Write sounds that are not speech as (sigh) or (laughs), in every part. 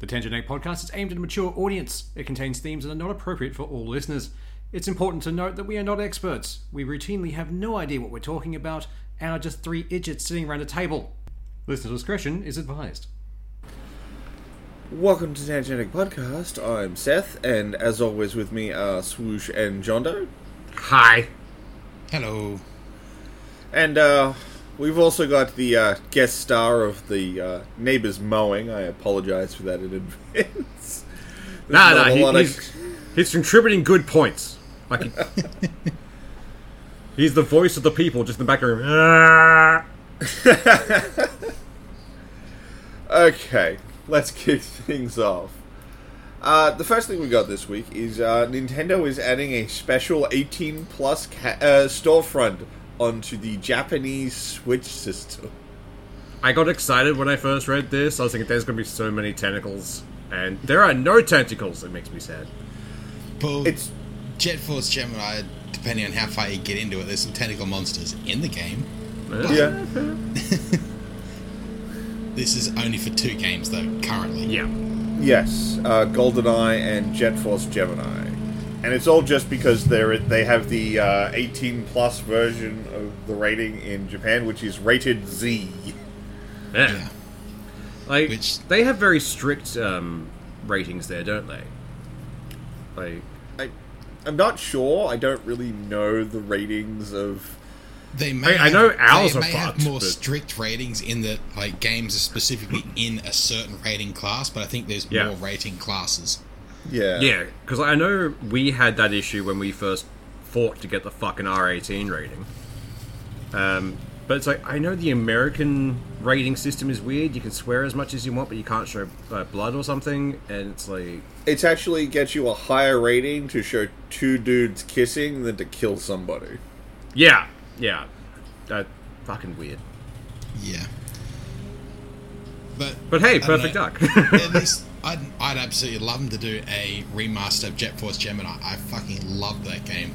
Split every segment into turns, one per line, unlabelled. The Tangent Egg podcast is aimed at a mature audience. It contains themes that are not appropriate for all listeners. It's important to note that we are not experts. We routinely have no idea what we're talking about and are just three idiots sitting around a table. Listener discretion is advised.
Welcome to Tangentic Podcast. I'm Seth, and as always, with me are Swoosh and Jondo.
Hi.
Hello.
And uh, we've also got the uh, guest star of the uh, Neighbors Mowing. I apologize for that in (laughs) advance. There's
No,
not
no,
a
he-
lot of-
he's, he's contributing good points. Like
(laughs)
he, he's the voice of the people, just in the back room. (laughs) "Ah."
Okay, let's kick (laughs) things off. Uh, the first thing we got this week is uh, Nintendo is adding a special 18 plus ca- uh, storefront onto the Japanese Switch system.
I got excited when I first read this. I was thinking there's going to be so many tentacles, and there are no tentacles. It makes me sad.
Well,
It's
Jet Force Gemini, depending on how far you get into it, there's some tentacle monsters in the game.
yeah.
This is only for two games, though, currently.
Yeah.
Yes, uh, GoldenEye and Jet Force Gemini, and it's all just because they're they have the uh, 18 plus version of the rating in Japan, which is rated Z.
Yeah.
Yeah.
Like
Which-
they have very strict um, ratings there, don't they? Like
I, I'm not sure. I don't really know the ratings of.
They may
I- I know
have,
ours
they
are
may have
fucked,
more
but-
strict ratings in that like games are
(laughs)
specifically in a certain rating class, but I think there's
Yeah.
more rating classes. Uh,
Yeah.
yeah, because I know we had that issue when we first fought to get the fucking R eighteen rating. Um, but it's like I know the American rating system is weird. You can swear as much as you want, but you can't show uh, blood or something, and it's like
It's actually gets you a higher rating to show two dudes kissing than to kill somebody.
yeah, yeah, that fucking weird.
Yeah. But
But hey,
I don't
perfect
know.
duck. (laughs)
at least I'd, I'd absolutely love them to do a remaster of Jet Force Gemini. I fucking loved that game.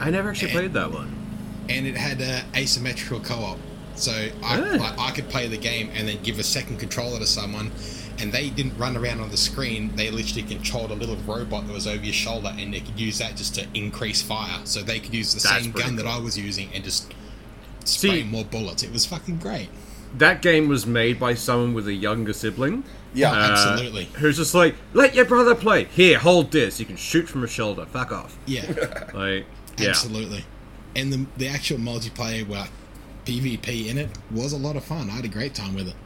I never actually played that one.
and it had uh, asymmetrical co-op. So I,
Ah.
I, I could play the game and then give a second controller to someone, and they didn't run around on the screen. They literally controlled a little robot that was over your shoulder, and they could use that just to increase fire. So they could use the
That's
same
pretty
gun that
cool.
I was using and just spray
See-
more bullets. It was fucking great.
That game was made by someone with a younger sibling.
Yeah.
Uh,
Absolutely.
who's just like, let your brother play. Here, hold this. You can shoot from a shoulder. Fuck off. (laughs)
Yeah,
Like, yeah.
absolutely. And the the actual multiplayer, well, PvP in it was a lot of fun. I had a great time with it.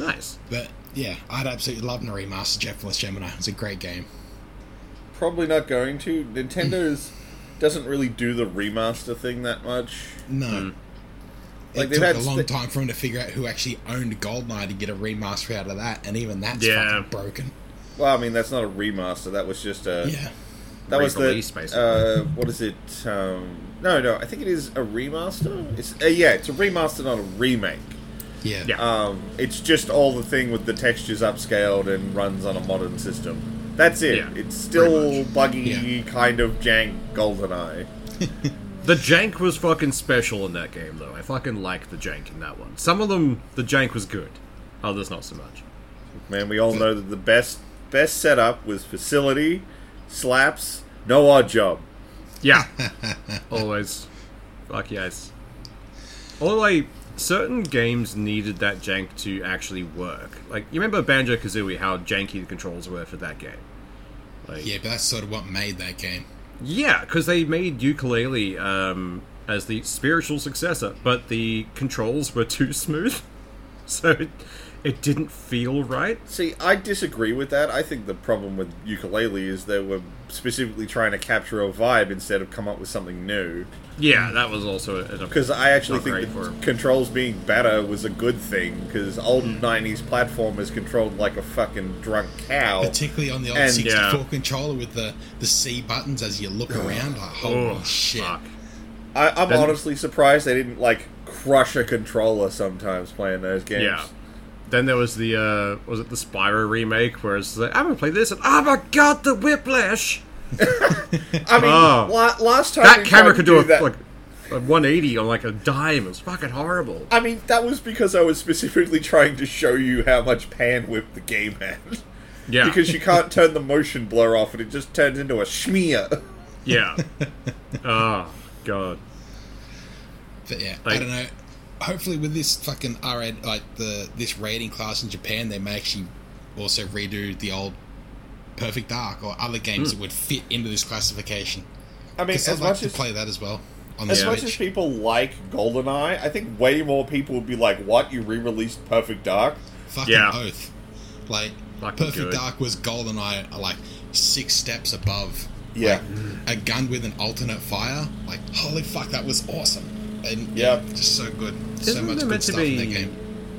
Nice.
But yeah, I'd absolutely love to remaster Jet Force Gemini. It's a great game.
Probably not going to. Nintendo's doesn't really do the remaster thing that much.
No.
Like,
it
they've
took
had
a long
st-
time for him to figure out who actually owned Goldeneye to get a remaster out of that, and even that's
Yeah.
fucking broken.
Well, I mean that's not a remaster. That was just a.
Yeah.
That was
re-release,
the
basically.
uh, what is it? Um, no, no, I think it is a remaster. It's uh, yeah, it's a remaster, not a remake.
Yeah.
Yeah.
Um, it's just all the thing with the textures upscaled and runs on a modern system. That's it.
Yeah,
it's
pretty
still
much.
buggy,
Yeah.
kind of jank, GoldenEye.
the jank was fucking special in that game, though. I fucking liked the jank in that one. Some of them, the jank was good. Others, not so much.
Man, we all know that the best best setup was facility, slaps, no odd job.
Yeah. Always. Fuck yes. Although, like, certain games needed that jank to actually work. Like, you remember Banjo Kazooie, how janky the controls were for that game? Like,
Yeah, but that's sort of what made that game.
Yeah, because they made ukulele um, as the spiritual successor, but the controls were too smooth, (laughs) so it, it didn't feel right.
See, I disagree with that. I think the problem with ukulele is they were specifically trying to capture a vibe instead of come up with something new.
Yeah, that was also because
Because I actually
Not great
think
for
that
him.
controls being better was a good thing. Because old
Hmm.
'90s platformers controlled like a fucking drunk cow.
Particularly on the old
Oh. And-
64
yeah.
controller with the, the C buttons as you look around. Like, holy
oh
shit.
fuck.
I, I'm
Then-
honestly surprised they didn't like crush a controller sometimes playing those games.
Yeah. Then there was the uh, was it the Spyro remake where it's like I'm gonna play this and oh my god the whiplash
I mean,
Oh.
la- last time
that
they
camera
tried
could
to
do a
that.
like a 180 on like a dime. It was fucking horrible.
I mean, that was because I was specifically trying to show you how much pan whip the game had. (laughs)
Yeah.
because you can't turn the motion blur off, and it just turns into a smear.
Yeah. oh god.
But yeah, I
Like-
don't know. Hopefully, with this fucking RA, like the this rating class in Japan, they may actually also redo the old Perfect Dark or other games
Hmm.
that would fit into this classification.
I mean,
Because I'd
as
like
much
to
as
play that as well on the
as much as
Switch.
people like GoldenEye, I think way more people would be like, "What? You re-released Perfect Dark?"
Fucking
Yeah.
oath. Like
Fucking
Perfect
good.
Dark was GoldenEye, uh, like six steps above.
Yeah.
Like, a gun with an alternate fire. Like holy fuck, that was awesome. And
Yeah.
just so good. so
Isn't
much
there
good
meant to
stuff in that
be?
game.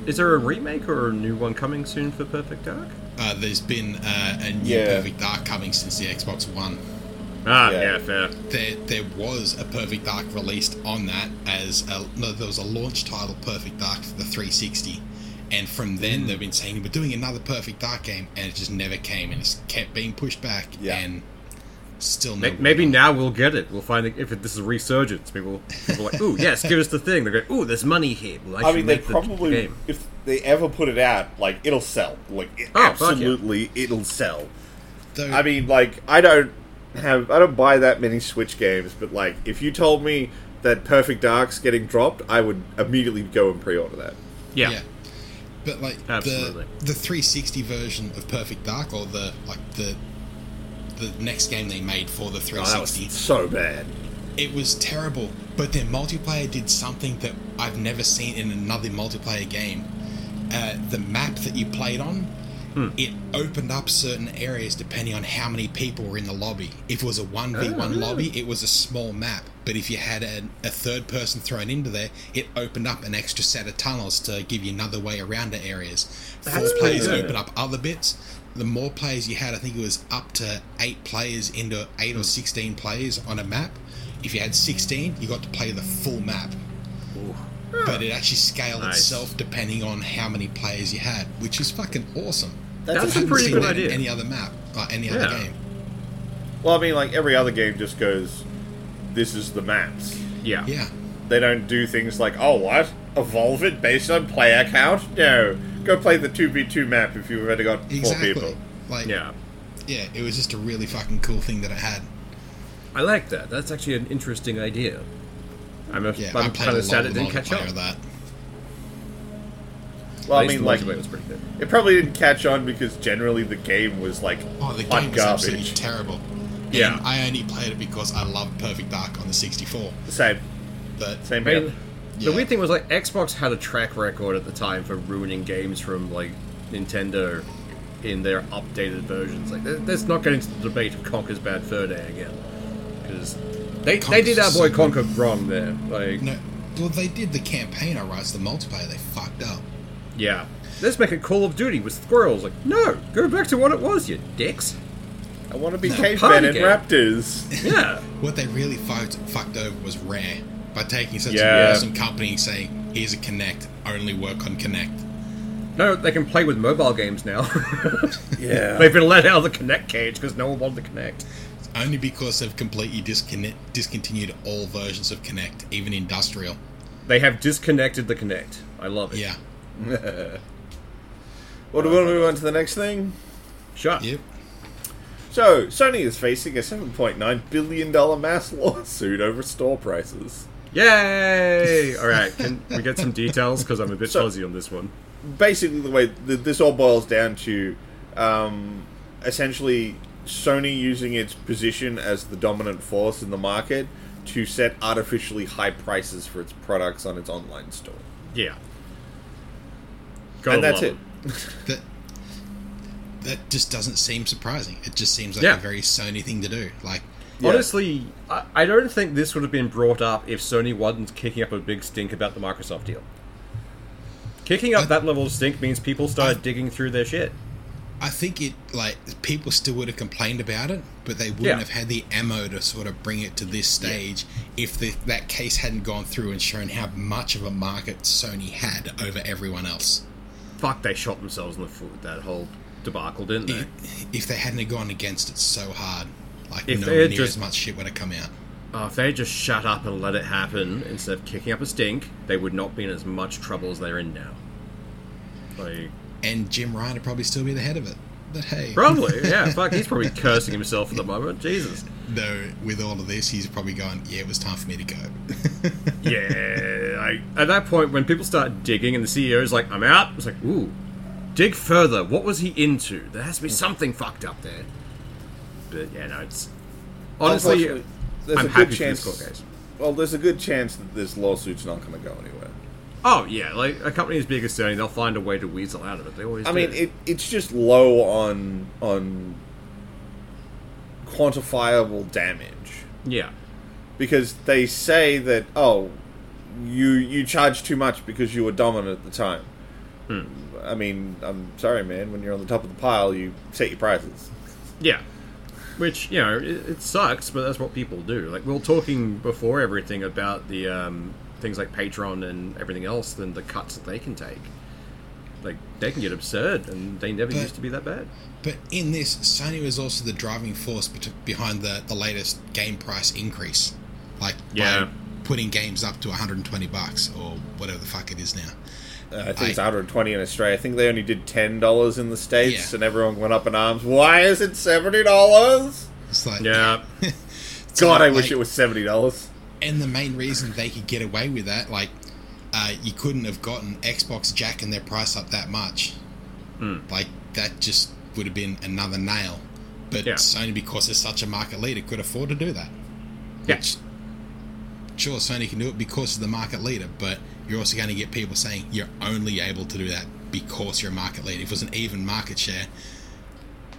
Is there a remake or a new one coming soon for Perfect Dark?
Uh, there's been uh, a new
Yeah.
Perfect Dark coming since the Xbox One.
Ah,
Yeah.
yeah, fair.
There, there was a Perfect Dark released on that as a, no, there was a launch title Perfect Dark for the 360, and from then
Mm.
they've been saying we're doing another Perfect Dark game, and it just never came, and it's kept being pushed back,
Yeah.
and still
May-
no.
Maybe now we'll get it. We'll find that if it, this is a resurgence, people, people are like, ooh, yes, give us the thing. They go, ooh, there's money here. We'll actually
I mean, they
make the
probably
game.
if they ever put it out, like it'll sell. Like it,
Oh, fuck yeah.
absolutely, it'll sell.
Though,
I mean, like I don't have I don't buy that many Switch games, but like if you told me that Perfect Dark's getting dropped, I would immediately go and pre-order that.
Yeah.
But like
Absolutely.
the the 360 version of Perfect Dark, or the like the the next game they made for the
Oh, that was
360,
so bad.
It was terrible, but their multiplayer did something that I've never seen in another multiplayer game. Uh, the map that you played on, it opened up certain areas depending on how many people were in the lobby. If it was a 1v1
Oh.
lobby, it was a small map, but if you had a, a third person thrown into there, it opened up an extra set of tunnels to give you another way around to areas. Four
That's pretty
players
good.
opened up other bits. The more players you had, I think it was up to eight players into eight or
Hmm.
16 players on a map. If you had 16, you got to play the full map. But it actually scaled
Nice.
itself depending on how many players you had, which is fucking awesome.
That's
I
a
haven't
pretty
seen
good
that
idea.
In any other map, or any other
Yeah.
game.
Well, I mean, like every other game just goes, "This is the maps."
yeah.
Yeah.
They don't do things like, "Oh, what? Evolve it based on player count?" No, go play the two v two map if you've already got
Exactly.
four people.
Like, yeah.
Yeah.
it was just a really fucking cool thing that it had.
I like that. That's actually an interesting idea. I'm, a,
Yeah, I
I'm
played
kind
a
of
lot
sad
of
it didn't catch
multiplayer
up.
of that.
Well, I
At
mean,
least the
like
multiplayer was pretty good.
it probably didn't catch on because generally the game was like
Oh, the game
hot
was absolutely
garbage.
terrible.
Yeah.
And I only played it because I loved Perfect Dark on the 64.
Same,
But
same
I
here.
mean,
Yeah.
the weird thing was like Xbox had a track record at the time for ruining games from like Nintendo in their updated versions. Like, let- let's not get into the debate of Conker's Bad Fur Day again because they, they
Conker's
did our boy
so good.
Conker wrong there. Like,
no, well, they did the campaign, alright, it's the multiplayer they fucked up.
yeah, let's make a Call of Duty with squirrels. Like, no, go back to what it was, you dicks.
I want to (laughs) be
No,
cavemen
party
and
game.
raptors.
Yeah,
What they really fucked, fucked over was Rare by taking such
Yeah.
an awesome company and saying, "Here's a Connect, only work on Connect."
no, they can play with mobile games now.
(laughs) Yeah.
(laughs) They've been let out of the Connect cage because no one wanted to Connect.
Only because they've completely disconnect, discontinued all versions of Connect, even industrial.
They have disconnected the Connect. I love it.
Yeah.
Well, do we want to move on to the next thing?
Shut.
Yep.
So, Sony is facing a $7.9 billion mass lawsuit over store prices. (laughs)
Yay! All right, can we get some details? Because I'm a bit fuzzy on this one.
Basically, the way th- this all boils down to um, essentially Sony using its position as the dominant force in the market to set artificially high prices for its products on its online store.
Yeah. Gotta
and that's
love
it.
That that just doesn't seem surprising. It just seems like
Yeah.
a very Sony thing to do. Like,
Yeah.
Honestly, I, I don't think this would have been brought up if Sony wasn't kicking up a big stink about the Microsoft deal. Kicking up that level of stink means people started digging through their shit.
I think it like people still would have complained about it, but they wouldn't
Yeah.
have had the ammo to sort of bring it to this stage if the, that case hadn't gone through and shown how much of a market Sony had over everyone else.
Fuck, they shot themselves in the foot with that whole debacle, didn't they?
If they hadn't have gone against it so hard, like
If
no
they had
near
just-
as much shit would have come out.
Oh, if they had just shut up and let it happen instead of kicking up a stink, they would not be in as much trouble as they're in now. Like,
And Jim Ryan would probably still be the head of it. But
(laughs)
hey,
Probably, yeah. Fuck, he's probably cursing himself at the moment. Jesus.
though with all of this, he's probably going, "Yeah, it was time for me to go."
Yeah. I, at that point, when people start digging and the CEO's like, I'm out, it's like, ooh, dig further. What was he into? There has to be something fucked up there. But yeah, no, it's. Honestly,
Unfortunately, there's
I'm
a
happy
good
for
chance.
this court case.
Well, there's a good chance that this lawsuit's not going to go anywhere.
Oh yeah, like a company as big as Sony, they'll find a way to weasel out of it. They always.
I
do.
mean, it, it's just low on on quantifiable damage
Yeah.
because they say that oh, you you charge too much because you were dominant at the time.
Hmm.
I mean, I'm sorry, man. When you're on the top of the pile, you set your prices.
Yeah. Which, you know, it, it sucks, but that's what people do. Like, we were talking before everything about the um, things like Patreon and everything else and the cuts that they can take. Like, they can get absurd, and they never
But-
used to be that bad.
but in this, Sony was also the driving force bet- behind the the latest game price increase, like
Yeah.
by putting games up to 120 bucks or whatever the fuck it is now.
Uh, I think it's
I-
120 in Australia. I think they only did ten dollars in the states,
Yeah.
and everyone went up in arms. Why is it seventy dollars?
It's
(laughs)
like
Yeah.
it's
God, I
like-
wish it was seventy dollars.
And the main reason they could get away with that, like, uh, you couldn't have gotten Xbox jacking their price up that much.
Hmm.
Like, that just would have been another nail. But
Yeah.
Sony, because they're such a market leader, could afford to do that.
Yeah.
Which, sure, Sony can do it because of the market leader, but you're also going to get people saying you're only able to do that because you're a market leader. If it was an even market share,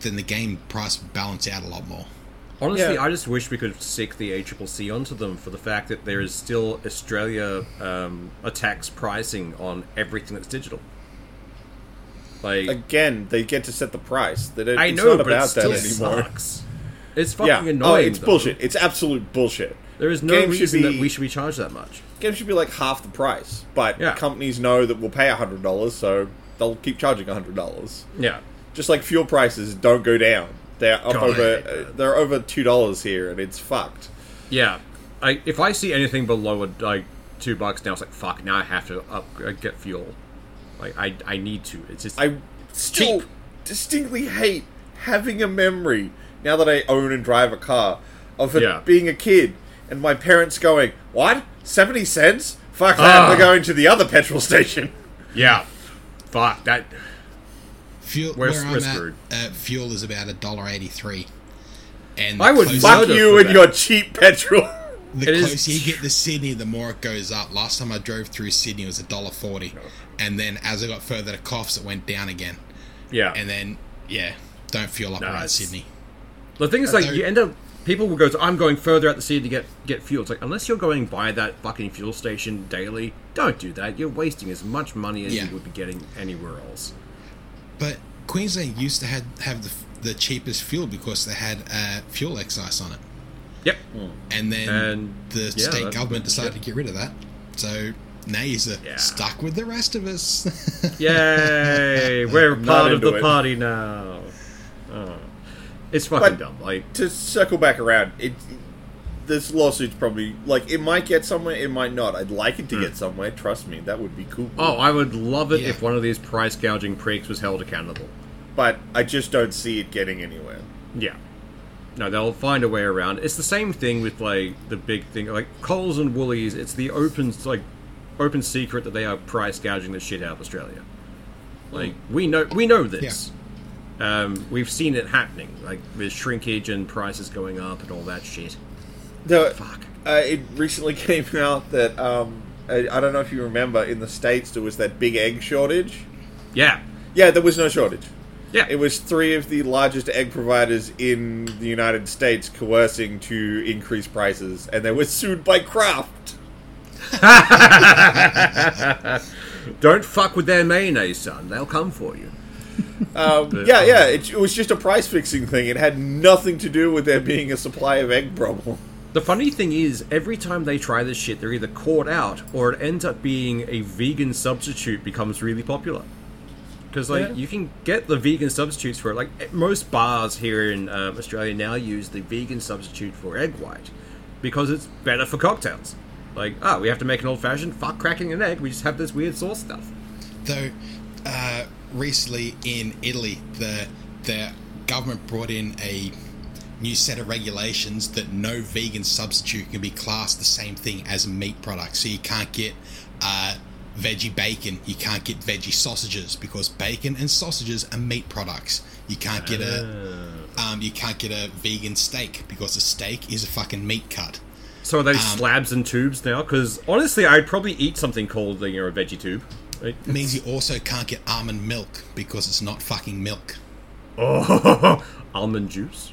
then the game price would balance out a lot more.
Honestly,
Yeah.
I just wish we could sick the ACCC onto them for the fact that there is still Australia um, a tax pricing on everything that's digital. Like,
Again, they get to set the price. They don't,
I
it's
know,
not
but it
about
still
that anymore.
sucks. It's fucking
Yeah,
annoying.
oh, it's
though.
bullshit. It's absolute bullshit.
There is no
Games should
reason
be-
that we should be charged that much.
Games should be like half the price, but
Yeah.
companies know that we'll pay hundred dollars, so they'll keep charging hundred dollars.
Yeah.
Just like fuel prices don't go down; they're up
God, I
over.
hate that.
uh, They're over two dollars here, and it's fucked.
Yeah. I, if I see anything below a, like two bucks now, it's like fuck. Now I have to up uh, get fuel. Like I, I need to. It's just
I still
cheap.
distinctly hate having a memory now that I own and drive a car of it
Yeah.
being a kid and my parents going, "What? Seventy cents? Fuck that!
Ah.
We're going to the other petrol station."
yeah. Fuck that.
Fuel,
We're-
where
we're
I'm
screwed.
at, uh, fuel is about a dollar eighty-three, and
I
the
would
closer,
Fuck
Murder
you
for
and
that.
your cheap petrol. (laughs)
the
it is-
closer you get to Sydney, the more it goes up. Last time I drove through Sydney, it was a dollar forty, and then as I got further to Coffs, it went down again,
Yeah.
and then yeah, don't fuel up around
it's-
Sydney.
The thing is, like,
don't-
you end up. People will go. To, I'm going further out the sea to get get fuel. It's like unless you're going by that fucking fuel station daily, don't do that. You're wasting as much money as
Yeah.
you would be getting anywhere else.
But Queensland used to had, have the, f- the cheapest fuel because they had uh, fuel excise on it,
Yep.
and then
And,
the
yeah,
state
that's
government decided to get rid of that, so. Now you're
Yeah.
stuck with the rest of us. (laughs)
(laughs)
Yay! We're
Not
part of
into
the
it.
party now. Oh. It's fucking
But-
dumb. Like,
to circle back around, it this lawsuit's probably like it might get somewhere, it might not. I'd like it to get somewhere. Trust me, that would be cool.
Hmm. oh, I would love it
Yeah.
if one of these price gouging pricks was held accountable.
but I just don't see it getting anywhere.
Yeah. No, they'll find a way around. It's the same thing with like the big thing, like Coles and Woolies. It's the open, like, open secret that they are price gouging the shit out of Australia. Like
Hmm.
we know, we know this. Um, we've seen it happening, like with shrinkage and prices going up and all that shit.
The,
Fuck.
Uh, it recently (laughs) came out that um, I, I don't know if you remember in the states there was that big egg shortage.
Yeah,
Yeah, there was no shortage.
yeah.
It was three of the largest egg providers in the United States coercing to increase prices, and they were sued by Kraft.
Don't fuck with their mayonnaise, son. They'll come for you.
Um, yeah, yeah, it, it was just a price fixing thing. It had nothing to do with there being a supply of egg problem.
The funny thing is, every time they try this shit, they're either caught out or it ends up being a vegan substitute becomes really popular. Because like
Yeah.
you can get the vegan substitutes for it. Like eh, most bars here in um, Australia now use the vegan substitute for egg white because it's better for cocktails. Like ah, we have to make an old fashioned. Fuck cracking an egg. We just have this weird sauce stuff.
Though uh, recently in Italy, the the government brought in a new set of regulations that no vegan substitute can be classed the same thing as a meat product. So you can't get uh, veggie bacon, you can't get veggie sausages because bacon and sausages are meat products. You can't get a um, you can't get a vegan steak because a steak is a fucking meat cut.
So are they slabs and tubes now? Because honestly, I'd probably eat something called you know, a veggie tube. Right?
It means you also can't get almond milk because it's not fucking milk.
Oh, (laughs) almond juice.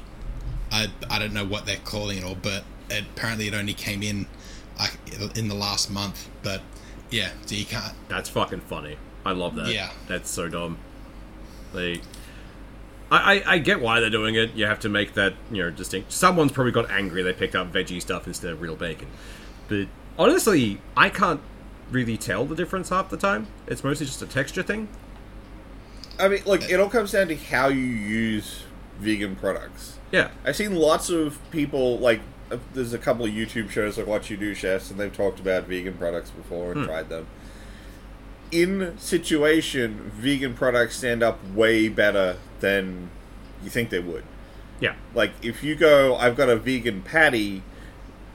I, I don't know what they're calling it all, but apparently it only came in like in the last month. But yeah, so you can't.
That's fucking funny. I love that.
Yeah.
That's so dumb. Like, I, I, I get why they're doing it. You have to make that, you know, distinct. Someone's probably got angry they picked up veggie stuff instead of real bacon. But honestly, I can't really tell the difference half the time. It's mostly just a texture thing.
I mean, look, it all comes down to how you use vegan products.
Yeah.
I've seen lots of people like uh, there's a couple of YouTube shows like What You Do Chefs, and they've talked about vegan products before and tried them. In situation, vegan products stand up way better than you think they would.
Yeah.
Like if you go, I've got a vegan patty,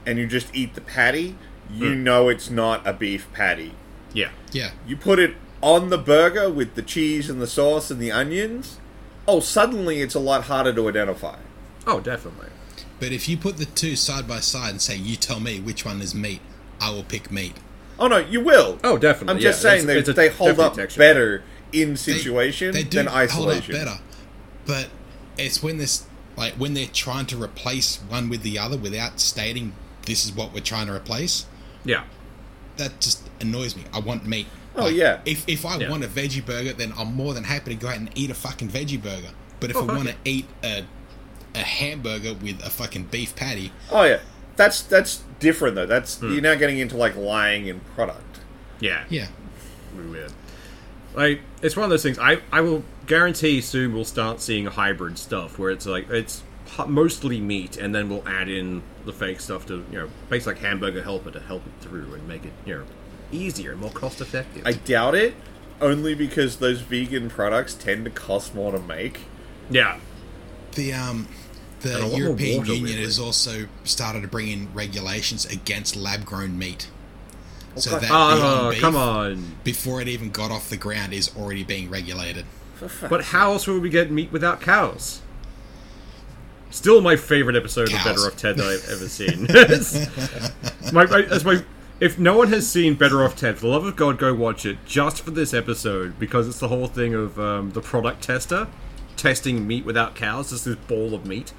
and you just eat the patty, you
Hmm.
know it's not a beef patty.
Yeah.
Yeah.
You put it on the burger with the cheese and the sauce and the onions. Oh, suddenly it's a lot harder to identify.
Oh, definitely.
But if you put the two side by side and say, you tell me which one is meat, I will pick meat.
Oh no, you will.
Oh, definitely,
I'm just
yeah.
saying
It's-
they,
it's a
they hold
definite
up
texture.
better in situation
they do
than isolation.
hold up better. But it's when this, like when they're trying to replace one with the other without stating this is what we're trying to replace.
Yeah.
That just annoys me. I want meat.
Oh, yeah.
If if I
Yeah.
want a veggie burger, then I'm more than happy to go out and eat a fucking veggie burger. But if
Oh,
I
fuck
want to
yeah.
eat a a hamburger with a fucking beef patty,
Oh yeah, that's that's different though. That's
Hmm.
you're now getting into like lying in product.
Yeah.
yeah,
Really weird. Like it's one of those things. I I will guarantee soon we'll start seeing hybrid stuff where it's like it's hu- mostly meat, and then we'll add in the fake stuff to you know things like hamburger helper to help it through and make it you know easier and more cost effective.
I doubt it, only because those vegan products tend to cost more to make.
yeah.
the um
And a
the
lot more
European
water,
Union
weirdly.
has also started to bring in regulations against lab grown meat. So
Okay.
that
Oh,
Beyond Beef-
come on.
before it even got off the ground is already being regulated.
But how else would we get meat without cows? Still, my favorite episode
Cows.
of Better Off Ted that I've ever seen. It's- (laughs) my, my, that's my. If no one has seen Better Off Ted, for the love of God, go watch it just for this episode because it's the whole thing of um, the product tester testing meat without cows. Just this ball of meat.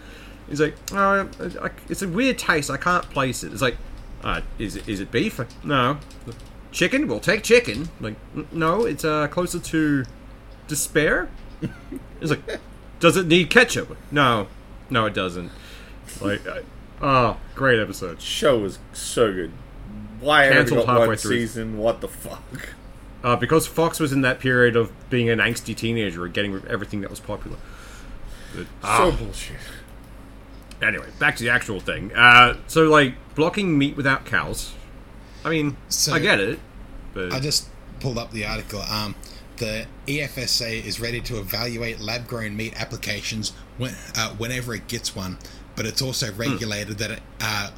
He's like, oh, I- I- it's a weird taste. I can't place it. It's like, uh, is it is it beef? No. Chicken? We'll take chicken. Like, "N- no, it's uh, closer to despair. It's like, does it need ketchup? No, no, it doesn't. Like, I- oh, great episode.
Show was so good. Why haven't we got
Cancelled
one
halfway through.
season? What the fuck?
Uh, because Fox was in that period of being an angsty teenager and getting rid of everything that was popular. Ah.
So bullshit.
Anyway, back to the actual thing. Uh, so, like, blocking meat without cows. I mean,
So-
I get it, but
I just pulled up the article. Um, the E EFSA is ready to evaluate lab grown meat applications when, uh, whenever it gets one, but it's
Hmm.
also regulated that it, uh,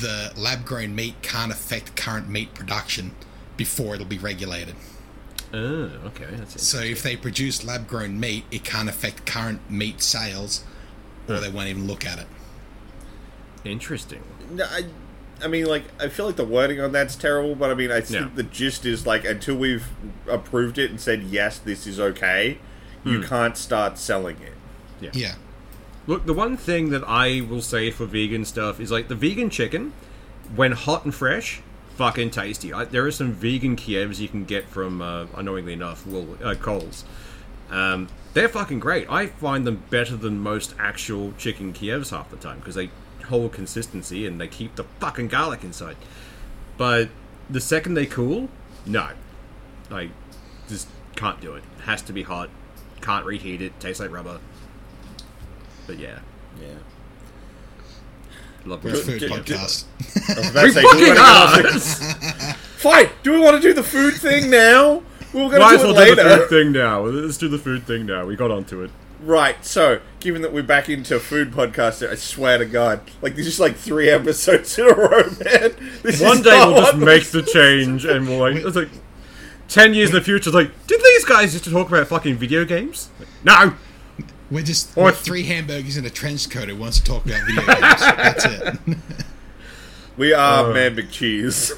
the lab grown meat can't affect current meat production before it'll be regulated.
oh, okay, that's it.
So if they produce lab grown meat, it can't affect current meat sales,
Hmm.
or they won't even look at it.
interesting.
No, I, I mean, like, I feel like the wording on that's terrible, but I mean, I think
Yeah.
the gist is like, until we've approved it and said yes, this is okay, you
Hmm.
can't start selling
(laughs)
it.
Yeah.
Look, the one thing that I will say for vegan stuff is like the vegan chicken, when hot and fresh, fucking tasty. I, there are some vegan Kievs you can get from, uh, unknowingly enough, Wool, uh, Coles. Um, they're fucking great. I find them better than most actual chicken Kievs half the time because they hold consistency and they keep the fucking garlic inside. But the second they cool, no, I just can't do it. Has to be hot. Can't reheat it. Tastes like rubber. But yeah,
Yeah.
love
We're a
good-
food
d- d-
podcast.
I was about to say, do we
Fucking
wanna go-
(laughs) ass!
Fine! Do we want to do the food thing now? We were going to
Might as
do it
well do the
later.
food thing now. Let's do the food thing now. We got onto it.
Right, so given that we're back into food podcasting, I swear to God, like this is like three episodes in a row, man. This
One
is
day
not
we'll just
one-
make the change, and we'll like it's like ten years in the future. It's like, did these guys used to talk about fucking video games? Like, no.
We're just
Or
we're
if-
three hamburgers in a trench coat who wants to talk about
(laughs)
video games. That's it.
We are man big cheese.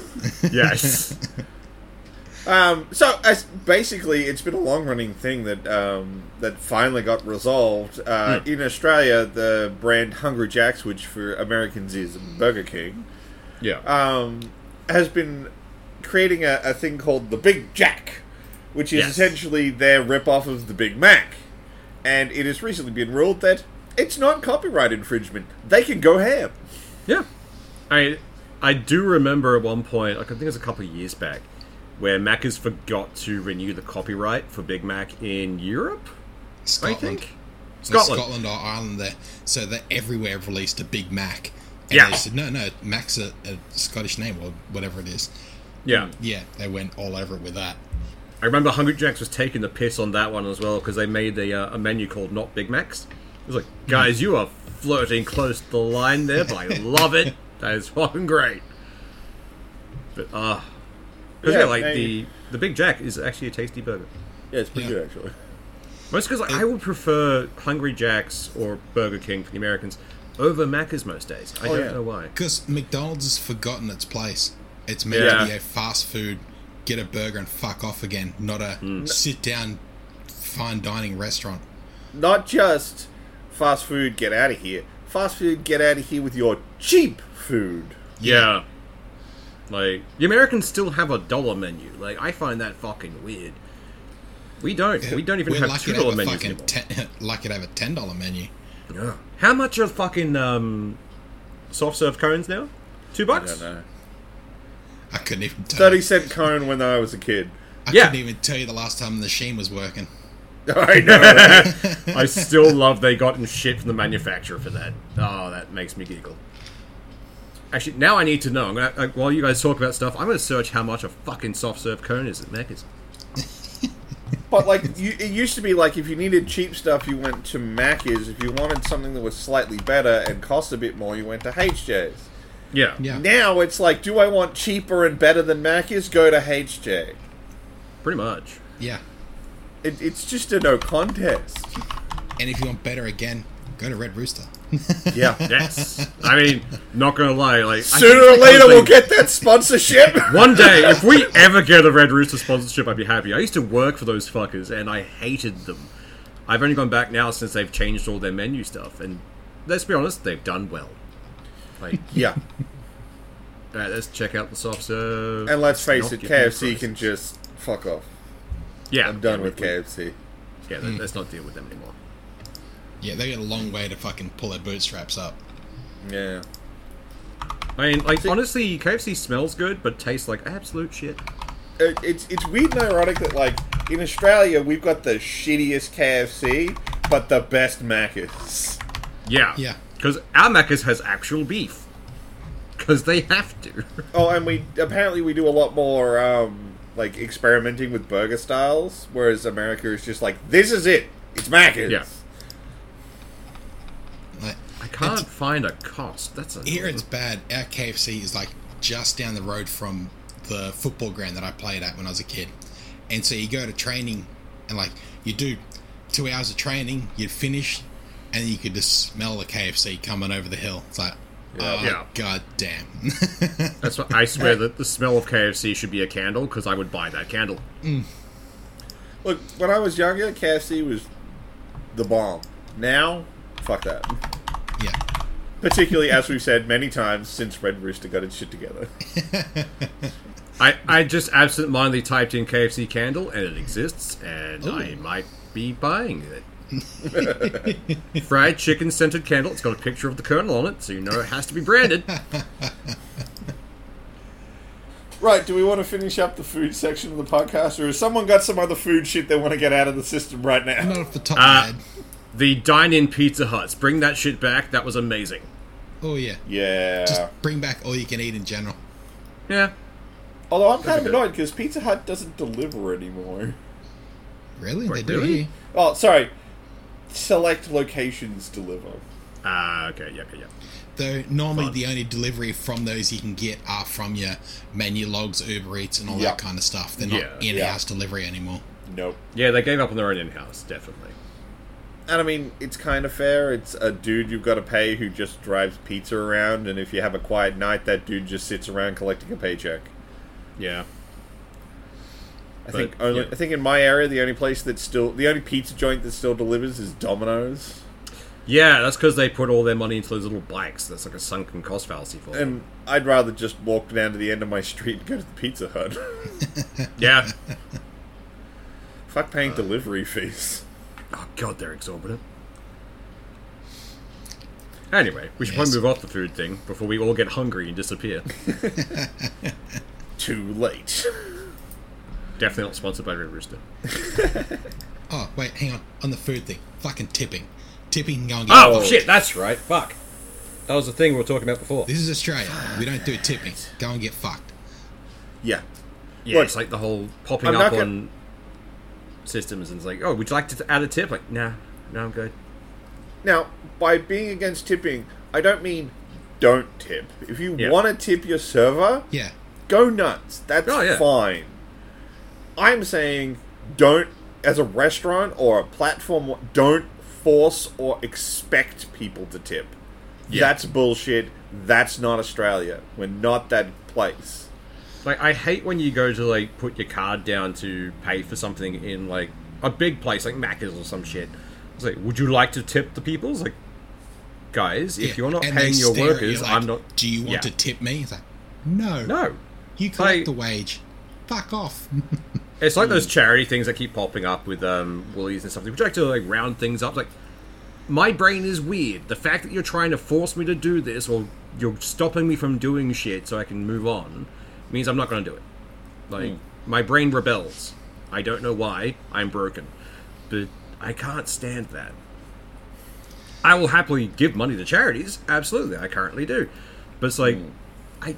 (laughs)
Yes.
Um, so as basically, it's been a long running thing that um, that finally got resolved uh, in Australia. The brand Hungry Jack's, which for Americans is Burger King,
yeah.
um, has been creating a, a thing called the Big Jack, which is
Yes.
essentially their rip off of the Big Mac. And it has recently been ruled that it's not copyright infringement; they can go ham.
Yeah, I I do remember at one point, like I think it was a couple of years back, where Macca's forgot to renew the copyright for Big Mac in Europe.
Scotland.
I think
Scotland.
Scotland.
Scotland or Ireland there. So that everywhere released a Big Mac. And
Yeah.
they said, no, no, Mac's a, a Scottish name or whatever it is.
Yeah,
Yeah, they went all over it with that.
I remember Hungry Jack's was taking the piss on that one as well because they made a, uh, a menu called Not Big Macs. It was like,
Hmm.
guys, you are flirting close to the line there, but I love it. That is fucking great. But ah, because
Yeah,
yeah, like
they-
the the Big Jack is actually a tasty burger.
Yeah, it's pretty
Yeah.
good actually.
Most because I would prefer Hungry Jack's or Burger King for the Americans over Macca's most days. I
Oh,
don't
yeah.
know why.
Because McDonald's has forgotten its place. It's meant
Yeah.
to be a fast food, get a burger and fuck off again, not a
Mm.
sit down, fine dining restaurant.
not just fast food get out of here fast food get out of here with your cheap food
Yeah. Like the Americans still have a dollar menu. Like I find that fucking weird. We don't. We don't even
We're
have
lucky
two
to
dollar
have a
menus
fucking
anymore.
ten, (laughs) lucky to have a ten dollar menu.
Yeah. How much are fucking um, soft serve cones now? Two bucks.
I couldn't even tell.
30
you.
cent cone when i was a kid (laughs)
I
Yeah.
couldn't even tell you the last time the machine was working.
i know
I
(laughs)
still love they gotten shit from the manufacturer for that. Oh, that makes me giggle. Actually, now I need to know. I'm gonna, like, while you guys talk about stuff, I'm going to search how much a fucking soft serve cone is at Macca's.
but like you, it used to be like if you needed cheap stuff you went to mac's if you wanted something that was slightly better and cost a bit more you went to hj's
Yeah.
Yeah.
now it's like do i want cheaper and better than mac's go to hj
Pretty
(laughs)
much.
Yeah.
it, it's just a no contest
And if you want better again, go to Red Rooster.
yeah
Yes. I mean, not going to lie. Like
(laughs)
I
sooner or
think
later we'll
something-
get that
(laughs)
sponsorship
One day, if we ever get a Red Rooster sponsorship, I'd be happy. I used to work for those fuckers, and I hated them. I've only gone back now since they've changed all their menu stuff, and let's be honest, they've done well. Like, (laughs)
yeah
Alright, let's check out the soft serve.
And let's face
not
it,
give me
KFC
prices.
can just fuck off.
Yeah,
I'm done
yeah,
with
we-
KFC.
Yeah, let- let's not deal with them anymore.
yeah, they got a long way to fucking pull their bootstraps up.
Yeah.
I mean, like honestly, KFC smells good, but tastes like absolute shit.
It- It's it's weird and ironic that like in Australia we've got the shittiest KFC but the best Macca's.
Yeah,
Yeah.
Because our Macca's has actual beef. Because they have to. (laughs)
Oh, and we apparently we do a lot more um, like experimenting with burger styles, whereas America is just like this is it. It's Macca's.
Yeah.
Like,
I can't find a cost. That's a
here it's bad. Our KFC is like just down the road from the football ground that I played at when I was a kid. And so you go to training and like you do two hours of training, you'd finish, and you could just smell the KFC coming over the hill. It's like, oh,
Yeah.
god damn.
That's what I swear that the smell of KFC should be a candle because I would buy that candle.
Look, when I was younger, KFC was the bomb. Now, fuck that.
(laughs) yeah.
Particularly as we've said many times since Red Rooster got its shit together.
I, I just absentmindedly typed in KFC candle and it exists, and I
Ooh.
might be buying it. (laughs) Fried chicken scented candle. It's got a picture of the kernel on it, so you know it has to be branded.
Right, do we want to finish up the food section of the podcast, or has someone got some other food shit they want to get out of the system right now?
Not off the top
Uh,
of my head.
The dine in Pizza Huts. Bring that shit back. That was amazing.
Oh, yeah.
Yeah.
Just bring back all you can eat in general.
Yeah.
Although I'm kind of
That'd be good.
annoyed because Pizza Hut doesn't deliver anymore.
Really?
Wait,
they do
really?
here.
Oh, sorry. select locations deliver.
Ah, okay, yeah, okay, yeah.
Though normally
Fun.
the only delivery from those you can get are from your menu logs, Uber Eats, and all
Yeah.
that kind of stuff. They're not
Yeah.
in-house delivery anymore.
Nope.
Yeah, they gave up on their own in-house, definitely.
And I mean, it's kind of fair. It's a dude you've got to pay who just drives pizza around, and if you have a quiet night, that dude just sits around collecting a paycheck.
Yeah.
I
But,
think only.
yeah.
I think in my area, the only place that still, the only pizza joint that still delivers is Domino's.
Yeah, that's because they put all their money into those little bikes. That's like a sunken cost fallacy for them.
And I'd rather just walk down to the end of my street and go to the Pizza Hut. (laughs)
yeah.
Fuck paying delivery fees.
Oh god, they're exorbitant. Anyway, we should
Yes.
probably move off the food thing before we all get hungry
(laughs)
and disappear.
Too late. (laughs)
Definitely not sponsored by Red Rooster.
Oh wait, hang on. On the food thing, fucking tipping, tipping can go and get.
Oh, shit, that's right. Fuck. That was the thing we were talking about before.
This is Australia. We don't do tipping. Go and get fucked.
Yeah.
Yeah,
Look,
it's like the whole popping
I'm
up
not gonna-
on systems and it's like, oh, would you like to add a tip? Like, nah, no, I'm good.
Now, by being against tipping, I don't mean don't tip. If you
Yeah.
want to tip your server,
Yeah.
go nuts. That's
Oh, yeah.
fine. I'm saying don't, as a restaurant or a platform, don't force or expect people to tip.
Yeah.
That's bullshit. That's not Australia. We're not that place.
Like I hate when you go to like put your card down to pay for something in like a big place like Macca's or some shit. It's like, would you like to tip the people? It's like, guys, if
Yeah.
you're not
And they
paying your
stare at you
workers,
like,
I'm not.
Do you want
Yeah.
to tip me? It's like, no,
No,
You collect
I-
the wage. Fuck off.
it's like those charity things that keep popping up with um, Woolies and something. Would you like to like round things up? Like, my brain is weird. The fact that you're trying to force me to do this or you're stopping me from doing shit so I can move on means I'm not going to do it. Like my brain rebels. I don't know why. I'm broken, but I can't stand that. I will happily give money to charities. Absolutely, I currently do. But it's like, I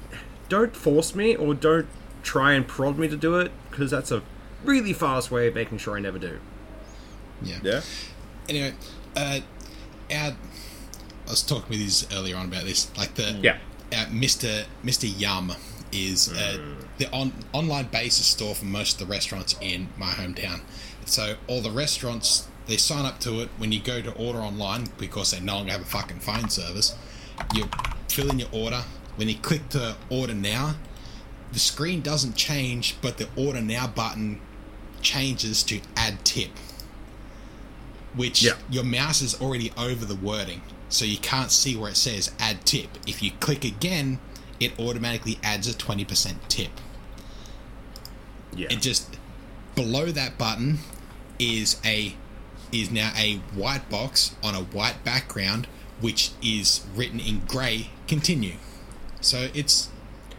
don't force me or don't try and prod me to do it because that's a really fast way of making sure I never do.
yeah.
Yeah.
Anyway, uh, our I was talking with these earlier on about this. Like the
Yeah.
uh, Mr. Mr. Yum is uh, the on online basis store for most of the restaurants in my hometown. So all the restaurants they sign up to it when you go to order online because they no longer have a fucking phone service. You fill in your order. When you click to order now, the screen doesn't change, but the order now button changes to add tip, which
Yeah.
your mouse is already over the wording, so you can't see where it says add tip. If you click again, it automatically adds a 20% tip.
Yeah.
It just below that button is a is now a white box on a white background which is written in grey continue. So it's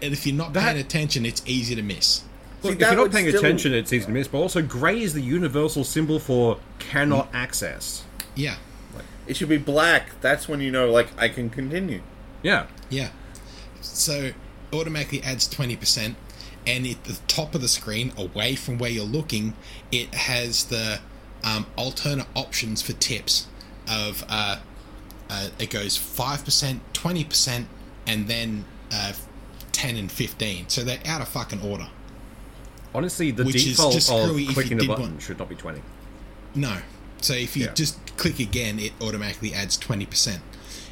and if you're not paying attention, it's easy to miss.
See,
Look,
that
if you're
would
not paying
still-
attention, it's easy to miss. But also, grey is the universal symbol for cannot
Mm.
access.
Yeah.
It should be black. That's when you know, like, I can continue.
Yeah,
Yeah. So automatically adds 20%. And at the top of the screen, away from where you're looking, it has the um, alternate options for tips of uh, uh, it goes 5%, 20%, and then uh, 10 and 15. So they're out of fucking order.
honestly, the
Which is
default
just
of
screwy if you
clicking the
did
button
want-
should not be twenty.
No. So if you
Yeah.
just click again, it automatically adds 20%.